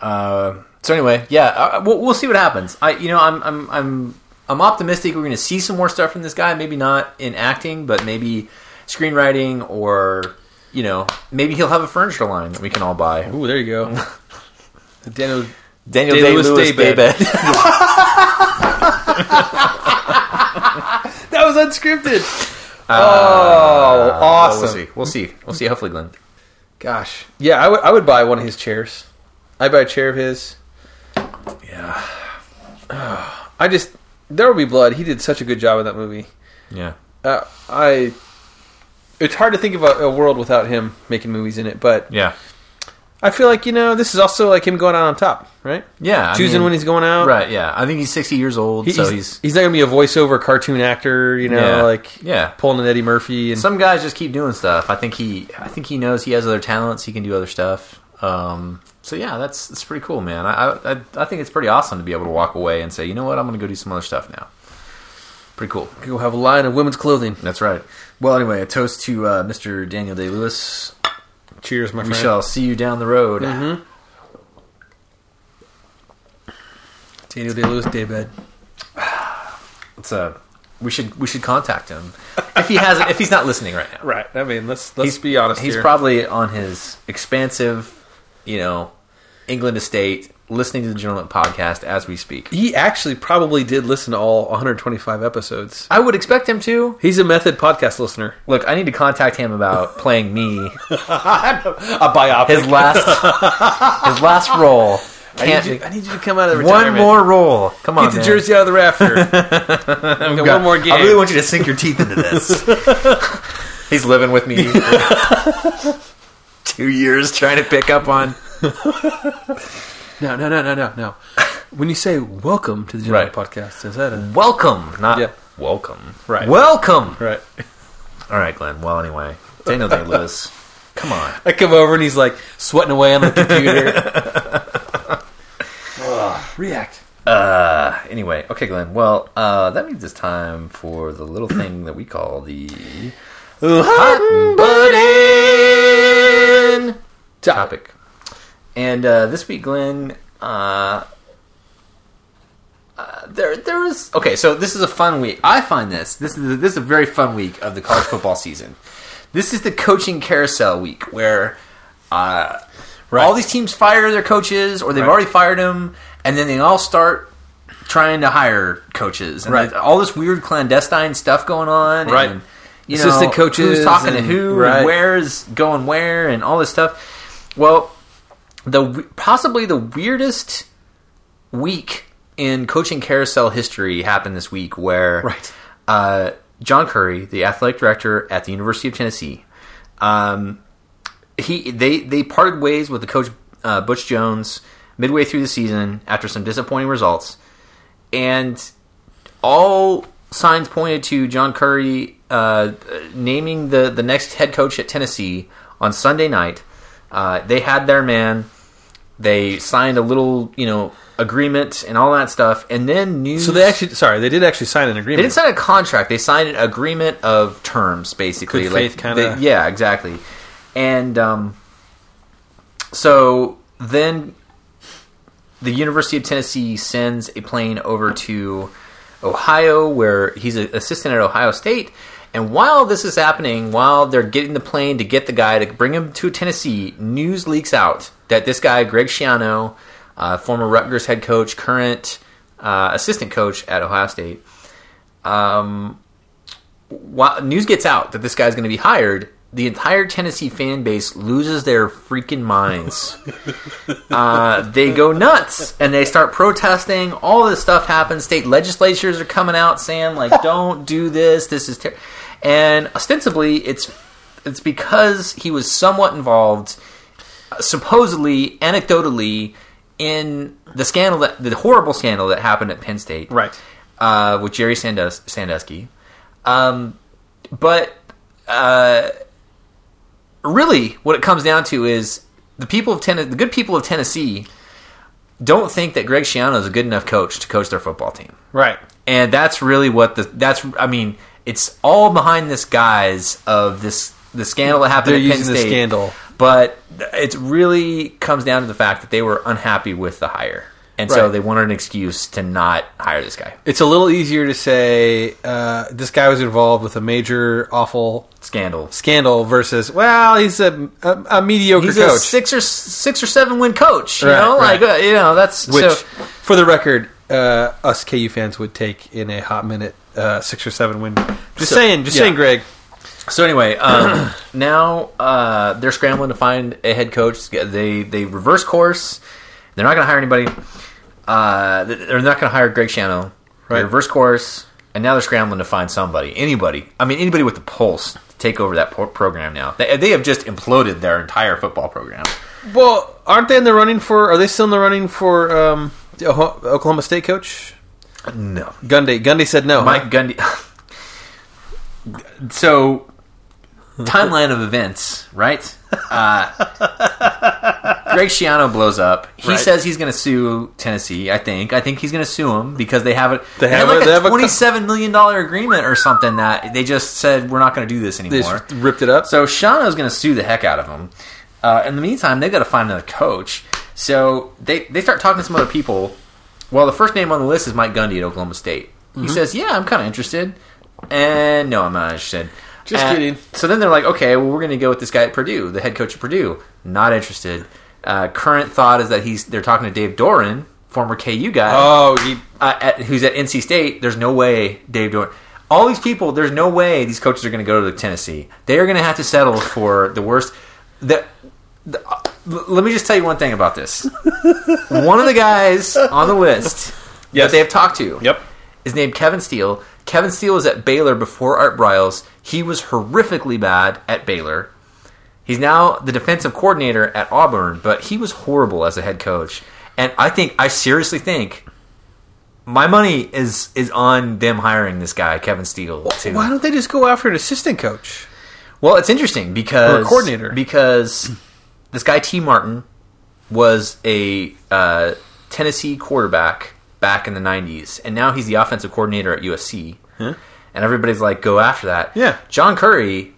Uh, so anyway, yeah, uh, we'll, we'll see what happens. I, you know, I'm, I'm, I'm, I'm optimistic. We're going to see some more stuff from this guy. Maybe not in acting, but maybe screenwriting, or you know, maybe he'll have a furniture line that we can all buy. Ooh, there you go. Daniel, Daniel Day Day-Lewis Lewis, Daybed. Daybed. that was unscripted. Ah, oh, awesome. We'll see. We'll see. We'll see. Hopefully, Glenn. Gosh, yeah, I would I would buy one of his chairs. I buy a chair of his. Yeah. I just there will be blood. He did such a good job in that movie. Yeah. Uh, I it's hard to think of a, a world without him making movies in it, but Yeah. I feel like you know this is also like him going out on top, right? Yeah. I Choosing mean- when he's going out, Right. Yeah. I think he's 60 years old, He- so he's, he's. he's not gonna be a voiceover cartoon actor, you know, Yeah. like Yeah. pulling an Eddie Murphy and some guys just keep doing stuff. I think he, I think he knows he has other talents. He can do other stuff. Um, So yeah, that's that's pretty cool, man. I, I I think it's pretty awesome to be able to walk away and say, you know what, I'm going to go do some other stuff now. Pretty cool. You will have a line of women's clothing. That's right. Well, anyway, a toast to uh, Mr. Daniel Day Lewis. Cheers, my We friend. shall see you down the road. Mm-hmm. Daniel Day Lewis Daybed. It's a we should we should contact him if he hasn't if he's not listening right now. Right. I mean, let's let's be honest. He's here. probably on his expansive, you know, England estate listening to the Gentleman podcast as we speak. he actually probably did listen to all 125 episodes. I would expect him to. He's a method podcast listener. Look, I need to contact him about playing me A biopic. his last his last role. I, Can't need you, I need you to come out of one retirement. more roll. Come on, Get the man. jersey out of the rafter. we got, God, one more game. I really want you to sink your teeth into this. He's living with me for two years trying to pick up on. No, no, no, no, no, no. When you say welcome to the General Right. Podcast, is that a Welcome, not Yeah. welcome. Right. Welcome. right? All right, Glenn. Well, anyway, Daniel Day Lewis. Come on. I come over and he's like sweating away on the computer. react. Uh, anyway, okay, Glenn. Well, uh, that means it's time for the little thing that we call the Hot Button topic. And uh, this week, Glenn, uh, uh, there there is okay. So this is a fun week. I find this this is this is a very fun week of the college football season. This is the coaching carousel week where uh, all these teams fire their coaches or they've Right. already fired them, and then they all start trying to hire coaches. And Right. there's all this weird clandestine stuff going on. Right. And, you know, Assistant coaches who's talking to and- who, right. and where is going where, and all this stuff. Well, the w- possibly the weirdest week in coaching carousel history happened this week, where Right. uh, John Curry, the athletic director at the University of Tennessee, um, he they they parted ways with the coach uh, Butch Jones midway through the season after some disappointing results, and all signs pointed to John Curry uh, naming the the next head coach at Tennessee on Sunday night. Uh, they had their man. They signed a little, you know, agreement and all that stuff, and then news. So they actually, sorry, they did actually sign an agreement. They didn't sign a contract. They signed an agreement of terms, basically. Good faith like, kinda- they- Yeah, exactly. And um, so then the University of Tennessee sends a plane over to Ohio, where he's an assistant at Ohio State. And while this is happening, while they're getting the plane to get the guy to bring him to Tennessee, news leaks out that this guy, Greg Schiano, uh, former Rutgers head coach, current uh, assistant coach at Ohio State, while news gets out that this guy's going to be hired, the entire Tennessee fan base loses their freaking minds. uh, they go nuts and they start protesting. All this stuff happens. State legislatures are coming out saying like, "Don't do this. This is terrible." And ostensibly, it's it's because he was somewhat involved, uh, supposedly, anecdotally, in the scandal that the horrible scandal that happened at Penn State, Right. uh, with Jerry Sandus- Sandusky. Um, but uh, really, what it comes down to is the people of Tennessee, the good people of Tennessee, don't think that Greg Schiano is a good enough coach to coach their football team, Right. and that's really what the that's. I mean, it's all behind this guise of this the scandal that happened. They're at Penn using the State, scandal. but it really comes down to the fact that they were unhappy with the hire. And so Right. they wanted an excuse to not hire this guy. It's a little easier to say uh, this guy was involved with a major awful Scandal. scandal versus well, he's a a, a mediocre he's coach. a six or six or seven win coach. You Right, know, right. like uh, you know that's which, so, for the record, uh, us KU fans would take in a hot minute, uh, six or seven win. Just So- saying, just yeah. saying, Greg. so anyway. Um, now uh, they're scrambling to find a head coach. They they reverse course. They're not going to hire anybody. Uh, they're not going to hire Greg Shannon. They Right. reverse course, and now they're scrambling to find somebody, anybody. I mean, anybody with the pulse to take over that po- program. Now they, they have just imploded their entire football program. Well, aren't they in the running for? Are they still in the running for um, the Oho- Oklahoma State coach No, Gundy? Gundy said no. huh? Mike Gundy. so timeline of events, right? Uh, Greg Schiano blows up. He Right. says he's going to sue Tennessee. I think. I think he's going to sue him because they have it. They They, have have, a- like they a have a co- twenty-seven million dollar agreement or something that they just said we're not going to do this They anymore. just ripped it up. So Shauna's going to sue the heck out of him. Uh, in the meantime, they've got to find another coach. So they, they start talking to some other people. Well, the first name on the list is Mike Gundy at Oklahoma State. Mm-hmm. He says, Yeah, I'm kind of interested. And no, I'm not interested. Just And- kidding. So then they're like, Okay, well, we're going to go with this guy at Purdue, the head coach at Purdue. Not interested. Uh, current thought is that he's they're talking to Dave Doran, former KU guy oh, he, uh, at, who's at NC State, there's no way Dave Dorn. All these people, there's no way these coaches are going to go to Tennessee. They are going to have to settle for the worst. The, the, uh, l- let me just tell you one thing about this. one of the guys on the list Yes. that they have talked to yep. is named Kevin Steele. Kevin Steele was at Baylor before Art Briles. He was horrifically bad at Baylor. He's now the defensive coordinator at Auburn, but he was horrible as a head coach. And I think I seriously think my money is is on them hiring this guy, Kevin Steele. Too. Why don't they just go after an assistant coach? Well, it's interesting because Or a coordinator. because this guy T Martin was a uh, Tennessee quarterback back in the '90s, and now he's the offensive coordinator at USC. And everybody's like, go after that. Yeah. John Curry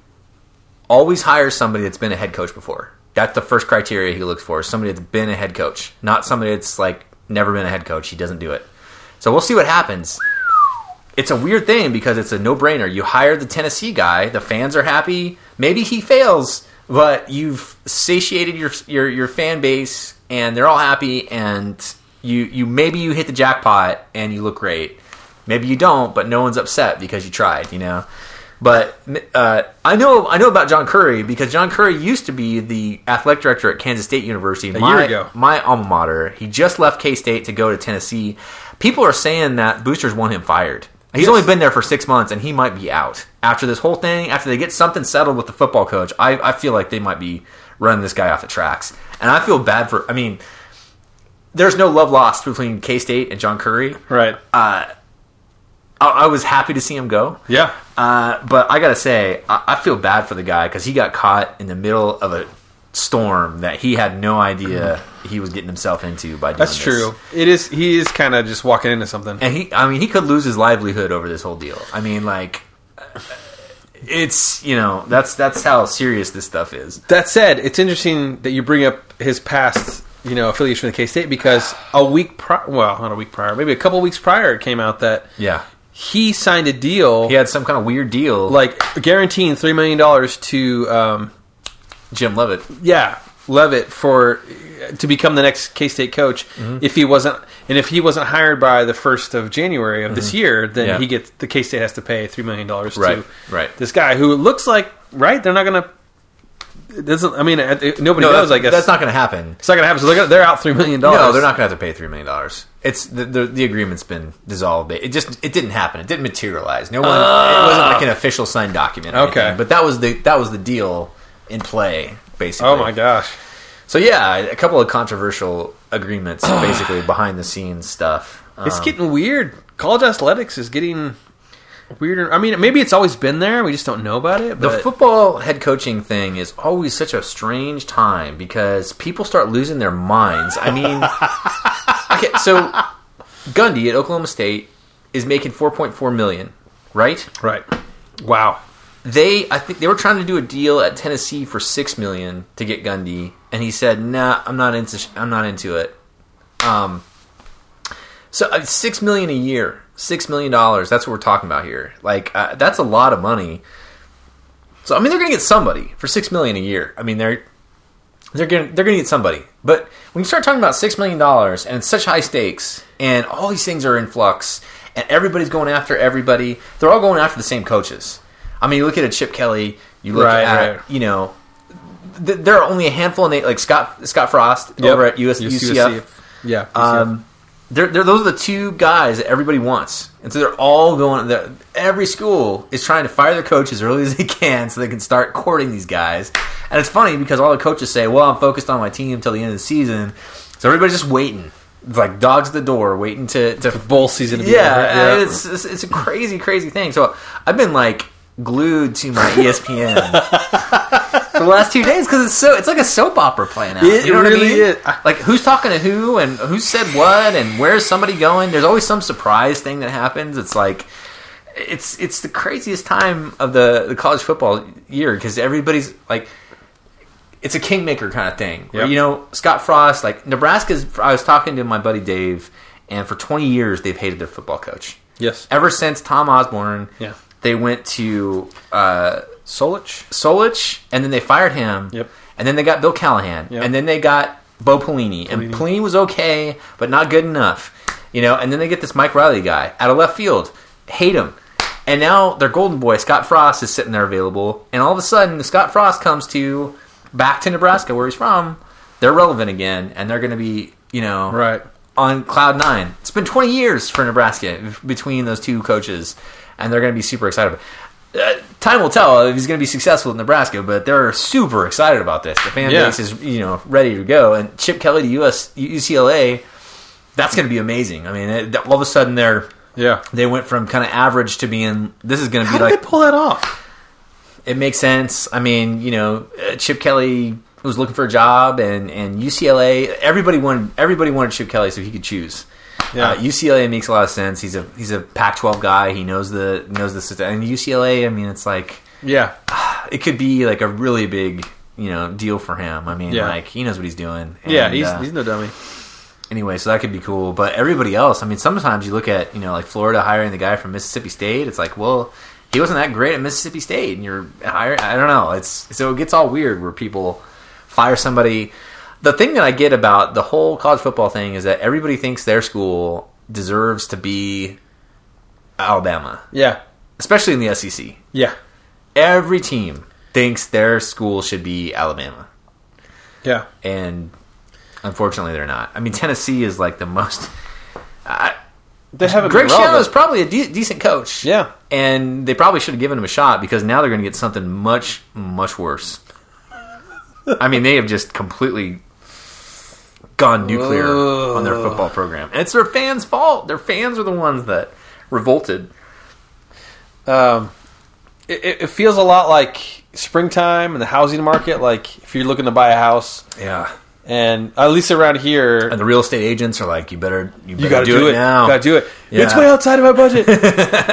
always hires somebody that's been a head coach before. That's the first criteria he looks for: is somebody that's been a head coach, not somebody that's like never been a head coach. He doesn't do it. So we'll see what happens it's a weird thing because it's a no-brainer. You hire the Tennessee guy, the fans are happy. Maybe he fails, but you've satiated your your, your fan base and they're all happy and you you maybe you hit the jackpot and you look great. Maybe you don't, but no one's upset because you tried, you know. But uh, I know I know about John Curry because John Curry used to be the athletic director at Kansas State University A my, year ago. My alma mater. He just left K State to go to Tennessee. People are saying that boosters want him fired. He's only been there for six months, and he might be out after this whole thing. After they get something settled with the football coach, I, I feel like they might be running this guy off the tracks, and I feel bad for. I mean, there's no love lost between K State and John Curry. Right. I, I was happy to see him go. yeah. Uh, but I gotta say, I, I feel bad for the guy because he got caught in the middle of a storm that he had no idea he was getting himself into by doing this. That's true. It is. He is kind of just walking into something. And he, I mean, he could lose his livelihood over this whole deal. I mean, like, it's you know, that's that's how serious this stuff is. That said, it's interesting that you bring up his past, you know, affiliation with K State because a week prior, well, not a week prior, maybe a couple weeks prior, it came out that Yeah, he signed a deal, he had some kind of weird deal, like guaranteeing three million dollars to, um, Jim Levitt. yeah, Levitt for to become the next K State coach Mm-hmm. if he wasn't, and if he wasn't hired by the first of January of this year, then Mm-hmm. Yeah. he gets the K State has to pay three million dollars Right, to right. this guy who looks like right. They're not gonna. It doesn't I mean it- it- nobody No, knows? that's, I guess that's not going to happen. It's not gonna happen. So they're, gonna, they're out three million dollars. No, they're not going to have to pay three million dollars. It's the, the the agreement's been dissolved. It just it didn't happen. It didn't materialize. No one. it wasn't like an official signed document. or Ah. Okay. anything, but that was the that was the deal in play basically. Oh my gosh! So yeah, a couple of controversial agreements, basically behind the scenes stuff. Um, It's getting weird. College athletics is getting weirder. I mean, maybe it's always been there. We just don't know about it. the But football head coaching thing is always such a strange time because people start losing their minds. I mean, okay, so Gundy at Oklahoma State is making four point four million, right? right? Wow. they I think they were trying to do a deal at Tennessee for six million to get Gundy, and he said, "Nah, I'm not into sh- I'm not into it." Um, so uh, six million a year, six million dollars. That's what we're talking about here. Like uh, that's a lot of money. So I mean, they're going to get somebody for six million a year. I mean, they're they're going they're going to get somebody. But when you start talking about six million dollars and it's such high stakes, and all these things are in flux, and everybody's going after everybody, they're all going after the same coaches. I mean, you look at a Chip Kelly, you look Right, at right. you know, th- there are only a handful, and they like Scott Scott Frost Yep. over at US, UCF. Yeah. UCF. Um, they're, they're, those are the two guys that everybody wants, and so they're all going. they're- Every school is trying to fire their coach as early as they can, so they can start courting these guys. And it's funny because all the coaches say, "Well, I'm focused on my team until the end of the season," so everybody's just waiting. It's like dogs at the door, waiting to, to bowl season. To be yeah, over. and It's, it's it's a crazy, crazy thing. So I've been like glued to my E ESPN for the last two days because it's so it's like a soap opera playing out. It you know really what I mean? is. I- Like who's talking to who and who said what and where's somebody going. There's always some surprise thing that happens. It's like it's it's the craziest time of the, the college football year because everybody's like it's a kingmaker kind of thing. Where, Yep. You know, Scott Frost, like Nebraska's. I was talking to my buddy Dave, and for 20 years they've hated their football coach. Yes. Ever since Tom Osborne, Yeah. they went to uh, Solich? Solich, and then they fired him. Yep. And then they got Bill Callahan, Yep. and then they got Bo Pelini, and Pelini was okay, but not good enough, you know. And then they get this Mike Riley guy out of left field, hate him, and now their golden boy Scott Frost is sitting there available, and all of a sudden Scott Frost comes to back to Nebraska where he's from, they're relevant again, and they're going to be you know Right. on cloud nine. It's been 20 years for Nebraska between those two coaches, and they're going to be super excited. Uh, time will tell if he's going to be successful in Nebraska, but they're super excited about this. The fan Yeah. base is you know ready to go, and Chip Kelly to US UCLA, that's going to be amazing. I mean, it, all of a sudden they're Yeah. they went from kind of average to being this is going to be How like did they pull that off? it makes sense. I mean, you know, uh, Chip Kelly was looking for a job, and and UCLA. Everybody wanted everybody wanted Chip Kelly, so he could choose. Yeah. Uh, UCLA makes a lot of sense. He's a he's a Pac-12 guy. He knows the knows the system. And UCLA, I mean, it's like Yeah. it could be like a really big you know deal for him. I mean, Yeah. like he knows what he's doing. And, Yeah, he's, uh, he's no dummy. anyway, so that could be cool. But everybody else, I mean, sometimes you look at you know like Florida hiring the guy from Mississippi State. It's like, well, he wasn't that great at Mississippi State, and you're hiring. I don't know. It's so it gets all weird where people fire somebody. The thing that I get about the whole college football thing is that everybody thinks their school deserves to be Alabama, Yeah. especially in the SEC. Yeah. Every team thinks their school should be Alabama Yeah. and unfortunately they're not. I mean, Tennessee is like the most. I They haven't Greg been Schiano is relevant. probably a de- decent coach. Yeah. and they probably should have given him a shot because now they're going to get something much much worse. I mean, they have just completely gone nuclear on their football program, and it's their fans' fault. Their fans are the ones that revolted. um, it, it- it feels a lot like springtime in the housing market. Like if you're looking to buy a house, Yeah, and at least around here, and the real estate agents are like, "You better, you, you got to do, it, now. You gotta do it. Yeah. It's way outside of my budget.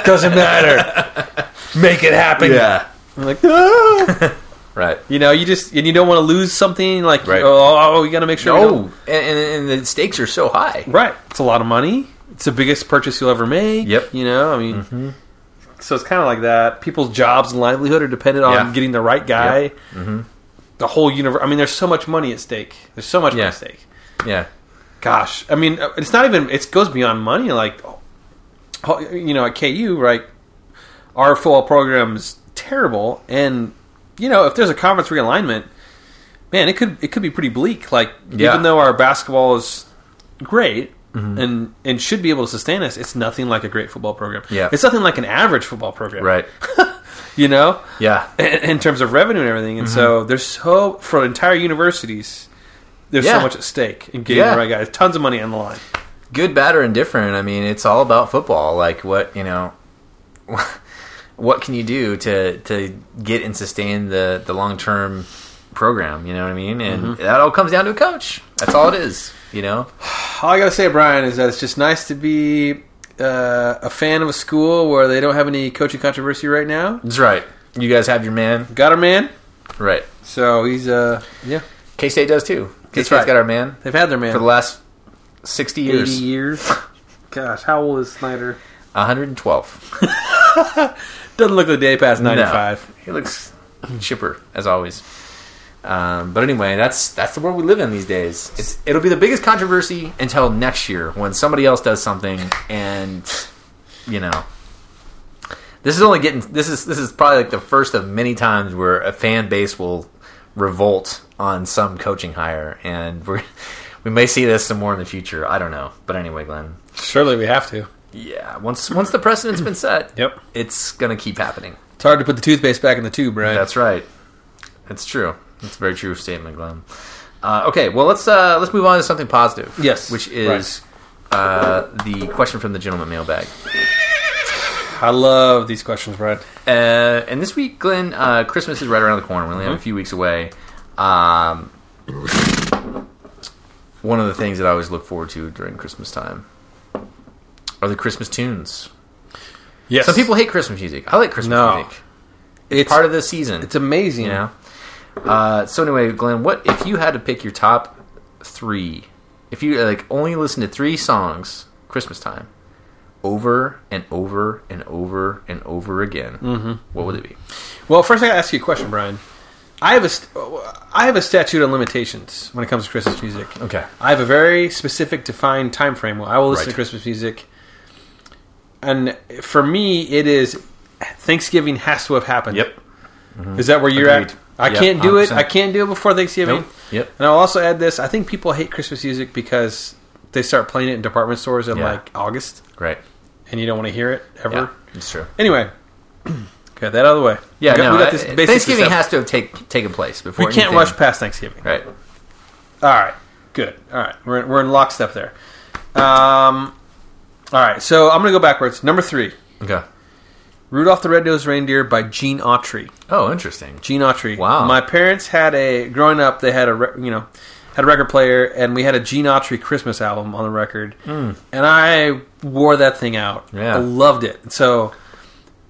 Doesn't matter. Make it happen. Yeah, I'm like, "Ah." right." you know, you just and you don't want to lose something. Like, Right. oh, oh, you gotta make sure. we don't-" No, and, and, and the stakes are so high. right. It's a lot of money. It's the biggest purchase you'll ever make. Yep. Mm-hmm. You know, I mean, so it's kind of like that. People's jobs and livelihood are dependent on Yeah. Mm-hmm. getting the right guy. The whole universe. I mean, there's so much money at stake. There's so much money Yeah. at stake. Yeah. gosh i mean uh, it's not even it goes beyond money like oh, you know at ku right our football program is terrible and you know if there's a conference realignment man it could it could be pretty bleak like Yeah. Mm-hmm. even though our basketball is great and and should be able to sustain us it's nothing like a great football program Yeah. it's nothing like an average football program Right. you know Yeah. in in terms of revenue and everything. And so Mm-hmm. there's so for entire universities, there's Yeah. so much at stake in getting Yeah. the right guys. Tons of money on the line. Good, bad, or indifferent. I mean, it's all about football. Like, what you know, what can you do to to get and sustain the the long term program? You know what I mean? And Mm-hmm. that all comes down to a coach. That's all it is. You know? All I gotta say, Brian, is that it's just nice to be uh, a fan of a school where they don't have any coaching controversy right now. That's right. You guys have your man. Got our man, Right. so he's uh yeah. K State does too. K State's right. got our man They've had their man for the last sixty eighty years. years. Gosh, how old is Snyder? One hundred and twelve. Doesn't look the day past ninety-five. He looks chipper as always. Um, but anyway, that's that's the world we live in these days. It's, it'll be the biggest controversy until next year when somebody else does something, and you know, this is only getting this is this is probably like the first of many times where a fan base will revolt on some coaching hire, and we're we may see this some more in the future. I don't know, but anyway, Glenn. Surely we have to. Yeah, once once the precedent's been set, Yep. it's gonna keep happening. It's hard to put the toothpaste back in the tube, Brian. That's right. That's true. That's a very true statement, Glenn. Uh, okay, well let's uh, let's move on to something positive. Yes, which is uh, the question from the gentleman mailbag. I love these questions, Brad. Uh, and this week, Glenn, uh, Christmas is right around the corner. We only Mm-hmm. have a few weeks away. Um, one of the things that I always look forward to during Christmas time are the Christmas tunes. Yes. Some people hate Christmas music. I like Christmas No. music. it's, Part of the season. It's amazing. you know. Uh, so anyway, Glenn, what if you had to pick your top three? If you like only listen to three songs Christmas time, over and over and over and over again, mm-hmm. what would it be? Well, first I gotta ask you a question, Brian. I have a st- I have a statute on limitations when it comes to Christmas music. Okay. I have a very specific defined time frame. Well, I will listen Right. to Christmas music, and for me, it is Thanksgiving has to have happened. Mm-hmm. Is that where you're at? Agreed. I Yep, can't do it. 100%. I can't do it before Thanksgiving. Nope. Yep. And I'll also add this: I think people hate Christmas music because they start playing it in department stores in Yeah. like August, Right. and you don't want to hear it ever. Yeah, it's true. Anyway, okay, that out of the way. Yeah, we got, no, we got I- this basic Thanksgiving stuff. has to have take, taken place before We can't anything- rush past Thanksgiving. Right. All right, good. All right, we're in, we're in lockstep there. Um, all right, so I'm gonna go backwards. Number three, Okay. "Rudolph the Red-Nosed Reindeer" by Gene Autry. Oh, interesting. Gene Autry. Wow. My parents had a growing up. They had a re- you know had a record player, and we had a Gene Autry Christmas album on the record, and I wore that thing out. Hmm. Yeah. I loved it. So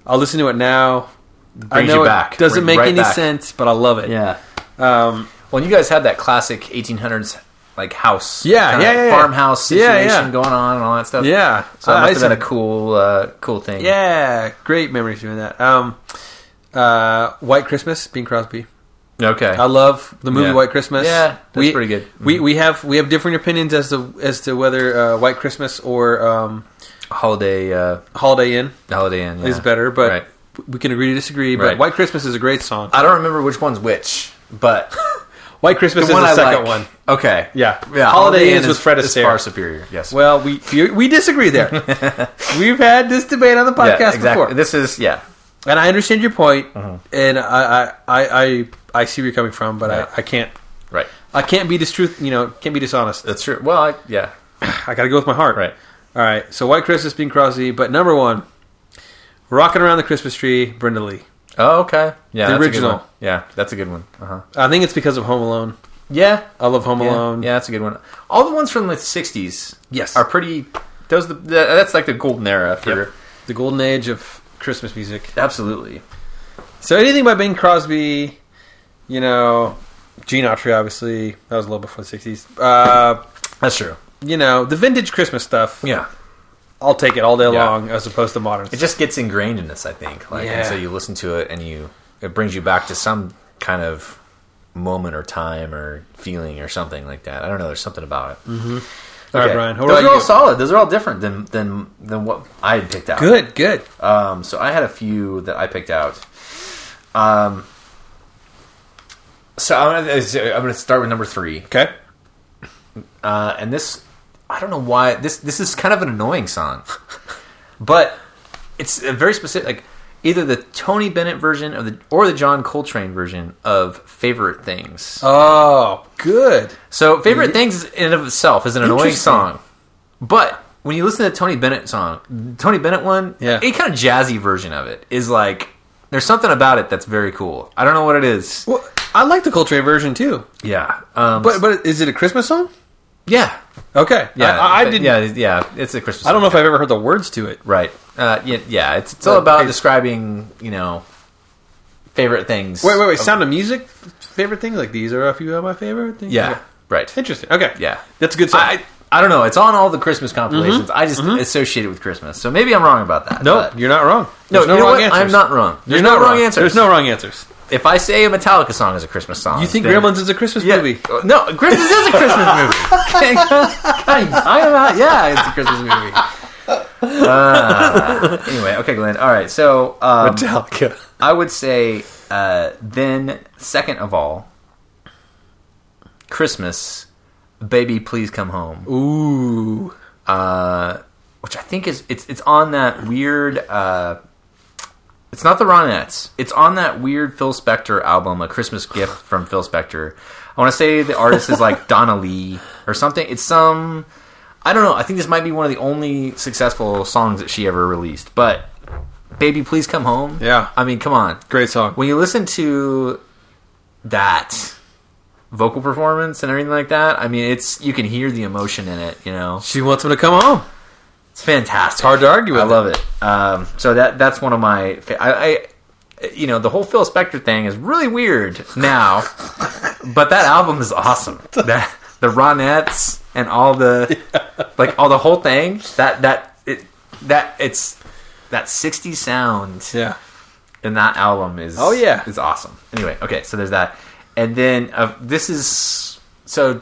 I'll listen to it now. Brings I know you it back. doesn't Brings make you right any back. sense, but I love it. Yeah. Um, Well, you guys had that classic 1800s like house, Yeah, kinda yeah, yeah, yeah. farmhouse Yeah, situation yeah. going on and all that stuff. yeah. So I- that I must have used been a cool, uh, cool thing. Yeah, great memories doing that. Um, uh, White Christmas, Bing Crosby. Okay. I love the movie Yeah. White Christmas. Yeah, that's we, pretty good. Mm-hmm. We we have we have different opinions as to as to whether uh, White Christmas or um, holiday, uh, Holiday Inn Holiday Inn yeah. is better, but Ah, Right. we can agree to disagree. But Right. Ah, White Christmas is a great song. I don't remember which one's which, but White Christmas the is one the I second like. one. Okay. Yeah. Yeah. Holiday Inn's with Fred is Astaire. far superior. Yes. Well, we you- we disagree there. We've had this debate on the yeah, podcast exactly. before, This Uh-huh. is yeah. and I understand your point, and I, I I I I see where you're coming from, but Yeah. I, I can't Right. I can't be distruth you know can't be dishonest. That's true. Well, I, yeah. I gotta go with my heart. Right. All right. So White Christmas, Bing Crosby, but number one, rocking around the Christmas tree, Brenda Lee. Oh, okay. Yeah. that's The a good original. one. Yeah, that's a good one. Uh huh. I think it's because of Home Alone. Yeah. I love Home Yeah. Alone. Yeah, that's a good one. All the ones from the '60s, Yes. are pretty. Those the that- that's like the golden era for The golden age of Christmas music. absolutely. So anything by Bing Crosby, you know, Gene Autry, obviously that was a little before the sixties. Uh, That's true. you know, the vintage Christmas stuff. Yeah, I'll take it all day Yeah. long, as opposed to modern. it stuff. just gets ingrained in us, I think. Like, and Yeah. so you listen to it, and you it brings you back to some kind of moment or time or feeling or something like that. I don't know. There's something about it. Mm-hmm. All right, Brian, what Those about are all you? solid. Those are all different than than than what I had picked out. Good, good. Um, so I had a few that I picked out. Um, so I'm gonna, I'm gonna start with number three. Okay. uh, and this I don't know why this this is kind of an annoying song, but it's a very specific like either the Tony Bennett version of the or the John Coltrane version of Favorite Things. Oh, good. So Favorite Things in and of itself is an annoying Mm-hmm. Interesting. song, but when you listen to the Tony Bennett song, Tony Bennett one, Yeah. a kind of jazzy version of it is like there's something about it that's very cool. I don't know what it is. Well, I like the Coltrane version too. Yeah, um, But but is it a Christmas song? yeah, Okay. yeah, I, I, I but- didn't. Yeah, yeah, it's a Christmas. I don't song. know if I've ever heard the words to it. Right. Uh, yeah, yeah. It's, it's Well, all about okay. describing, you know, favorite things. Wait, wait, wait. of- Sound of music, favorite things like these are a few of my favorite things. Yeah. Okay. Right. Interesting. Okay. Yeah. That's a good song. I, I don't know. It's on all the Christmas compilations. Mm-hmm. I just associate it with Christmas. So maybe I'm wrong about that. no, but- you're not wrong. no, There's you know what? I'm not wrong. There's You're no not wrong, wrong. answers. There's no wrong answers. Oh, If I say a Metallica song is a Christmas song, You think then- Gremlins is a Christmas Yeah. movie? Uh, No, Christmas is a Christmas movie. Okay, God, I am not- Yeah, it's a Christmas movie. Uh, anyway, okay, Glenn. All right, so um, Metallica. I would say uh, then second of all, Christmas, baby, please come home, Ooh. uh, which I think is it's it's on that weird. Uh, it's not the Ronettes. It's on that weird Phil Spector album, a Christmas gift from Phil Spector. I want to say the artist is like Donna Lee or something. It's some. I don't know. I think this might be one of the only successful songs that she ever released, but Baby, please come home. Yeah. I mean, come on. Great song. When you listen to that vocal performance and everything like that, I mean, it's you can hear the emotion in it. You know, She wants him to come home. it's fantastic. Hard to argue with. I love it. Um, so that that's one of my. Fa- I, I, you know, the whole Phil Spector thing is really weird now, but that album is awesome. That the Ronettes and all the like all the whole thing that that it that it's that 60s sound Yeah. in that album is Oh, yeah. is awesome. Anyway, okay, so there's that, and then uh, this is so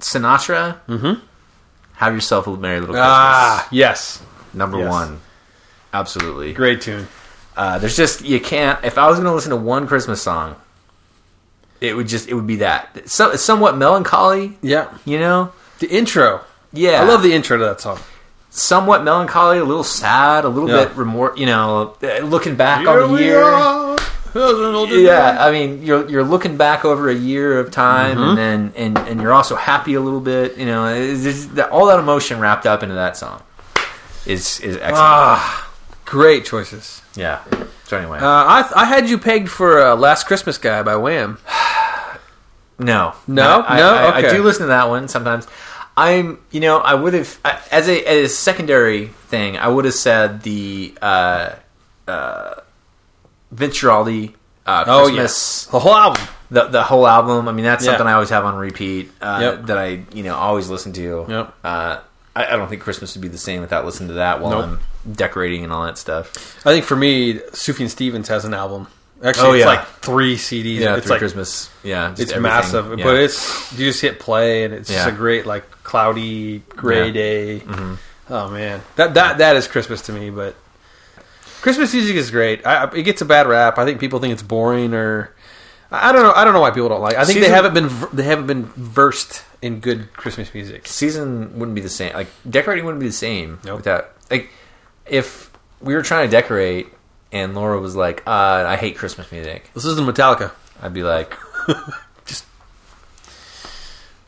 Sinatra. Mm-hmm. Have yourself a merry little Christmas. Ah, yes. Number Yes. one. Absolutely. Great tune. Uh, there's just you can't. If I was going to listen to one Christmas song, it would just it would be that. So it's somewhat melancholy, Yeah. you know. The intro. Yeah, I love the intro to that song. somewhat melancholy, a little sad, a little Yeah. bit remor. You know, uh, looking back on the year. Yeah, I mean, you're you're looking back over a year of time, and Mm-hmm. then and and you're also happy a little bit. You know, it's, it's, that- all that emotion wrapped up into that song is is excellent. Ah, great choices. yeah. So anyway, Uh, I, I had you pegged for uh, Last Christmas Guy by Wham. No, No? I, No? I, I Okay. do listen to that one sometimes. I'm, you know, I would have I- as a as a secondary thing, I would have said the uh, uh, Vinceraldi uh, Oh, Christmas, yes. The whole album. the the whole album. I mean, that's Yeah. something I always have on repeat. Uh, Yep. That I, you know, always listen to. Yep. Uh, I, I don't think Christmas would be the same without listening to that while Nope. I'm decorating and all that stuff. I think for me, Sufjan Stevens has an album. Actually, Oh, it's yeah. like three CDs. Yeah, it's through like Christmas. Yeah, just it's everything. massive, Yeah. but it's you just hit play and it's just Yeah. a great like cloudy gray Yeah. day. Oh man, that that that is Christmas to me. But Christmas music is great. I, I- it gets a bad rap. I think people think it's boring or I I don't know. I don't know why people don't like. it. I think they Season- haven't been ver- they haven't been versed in good Christmas music. season wouldn't be the same. Like decorating wouldn't be the same Nope. without like if we were trying to decorate and Laura was like, uh, "I hate Christmas music." This isn't Metallica. I'd be like,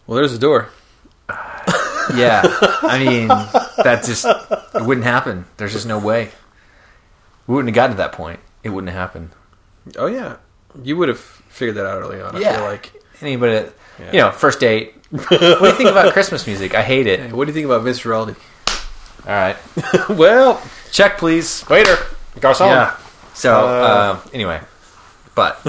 Well, there's the door. "Yeah, I mean, that just it wouldn't happen. There's just no way. We wouldn't have gotten to that point. It wouldn't have happened." Oh yeah, you would have figured that out early on. I feel like. anybody, that- Yeah. uh, you know, first date. what do you think about Christmas music? I hate it. Hey, what do you think about Vince Guaraldi? All right, well, check please. waiter, garçon. Yeah. So uh, anyway, but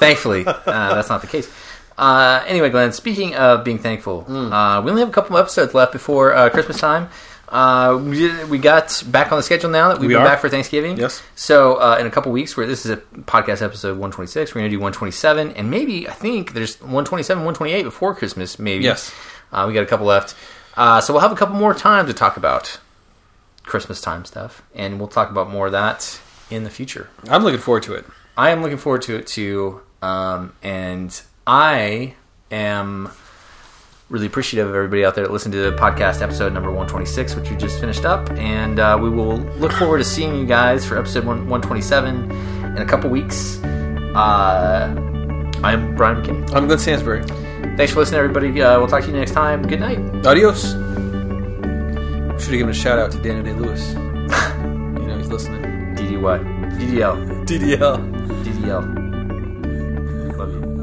thankfully uh, that's not the case. Uh, anyway, Glenn. Speaking of being thankful, Hmm. uh, we only have a couple more episodes left before uh, Christmas time. Uh, we, we got back on the schedule now that we've We been are. back for Thanksgiving. Yes. So uh, in a couple weeks, where this is a podcast episode 126, we're going to do 127, and maybe I think there's 127, 128 before Christmas. Maybe. Yes. Uh, we got a couple left, uh, so we'll have a couple more time to talk about Christmas time stuff, and we'll talk about more of that in the future. I'm looking forward to it. I am looking forward to it too, um, and I am really appreciative of everybody out there that listened to the podcast episode number 126, which we just finished up, and uh, we will look forward to seeing you guys for episode one- 127 in a couple weeks. Uh, I'm Brian McKinney. I'm Glenn Sansbury. Thanks for listening, everybody. Uh, we'll talk to you next time. Good night. Adios. Should have given a shout out to Danny Day Lewis. you know he's listening. DDY. DDL. DDL. DDL. Love you.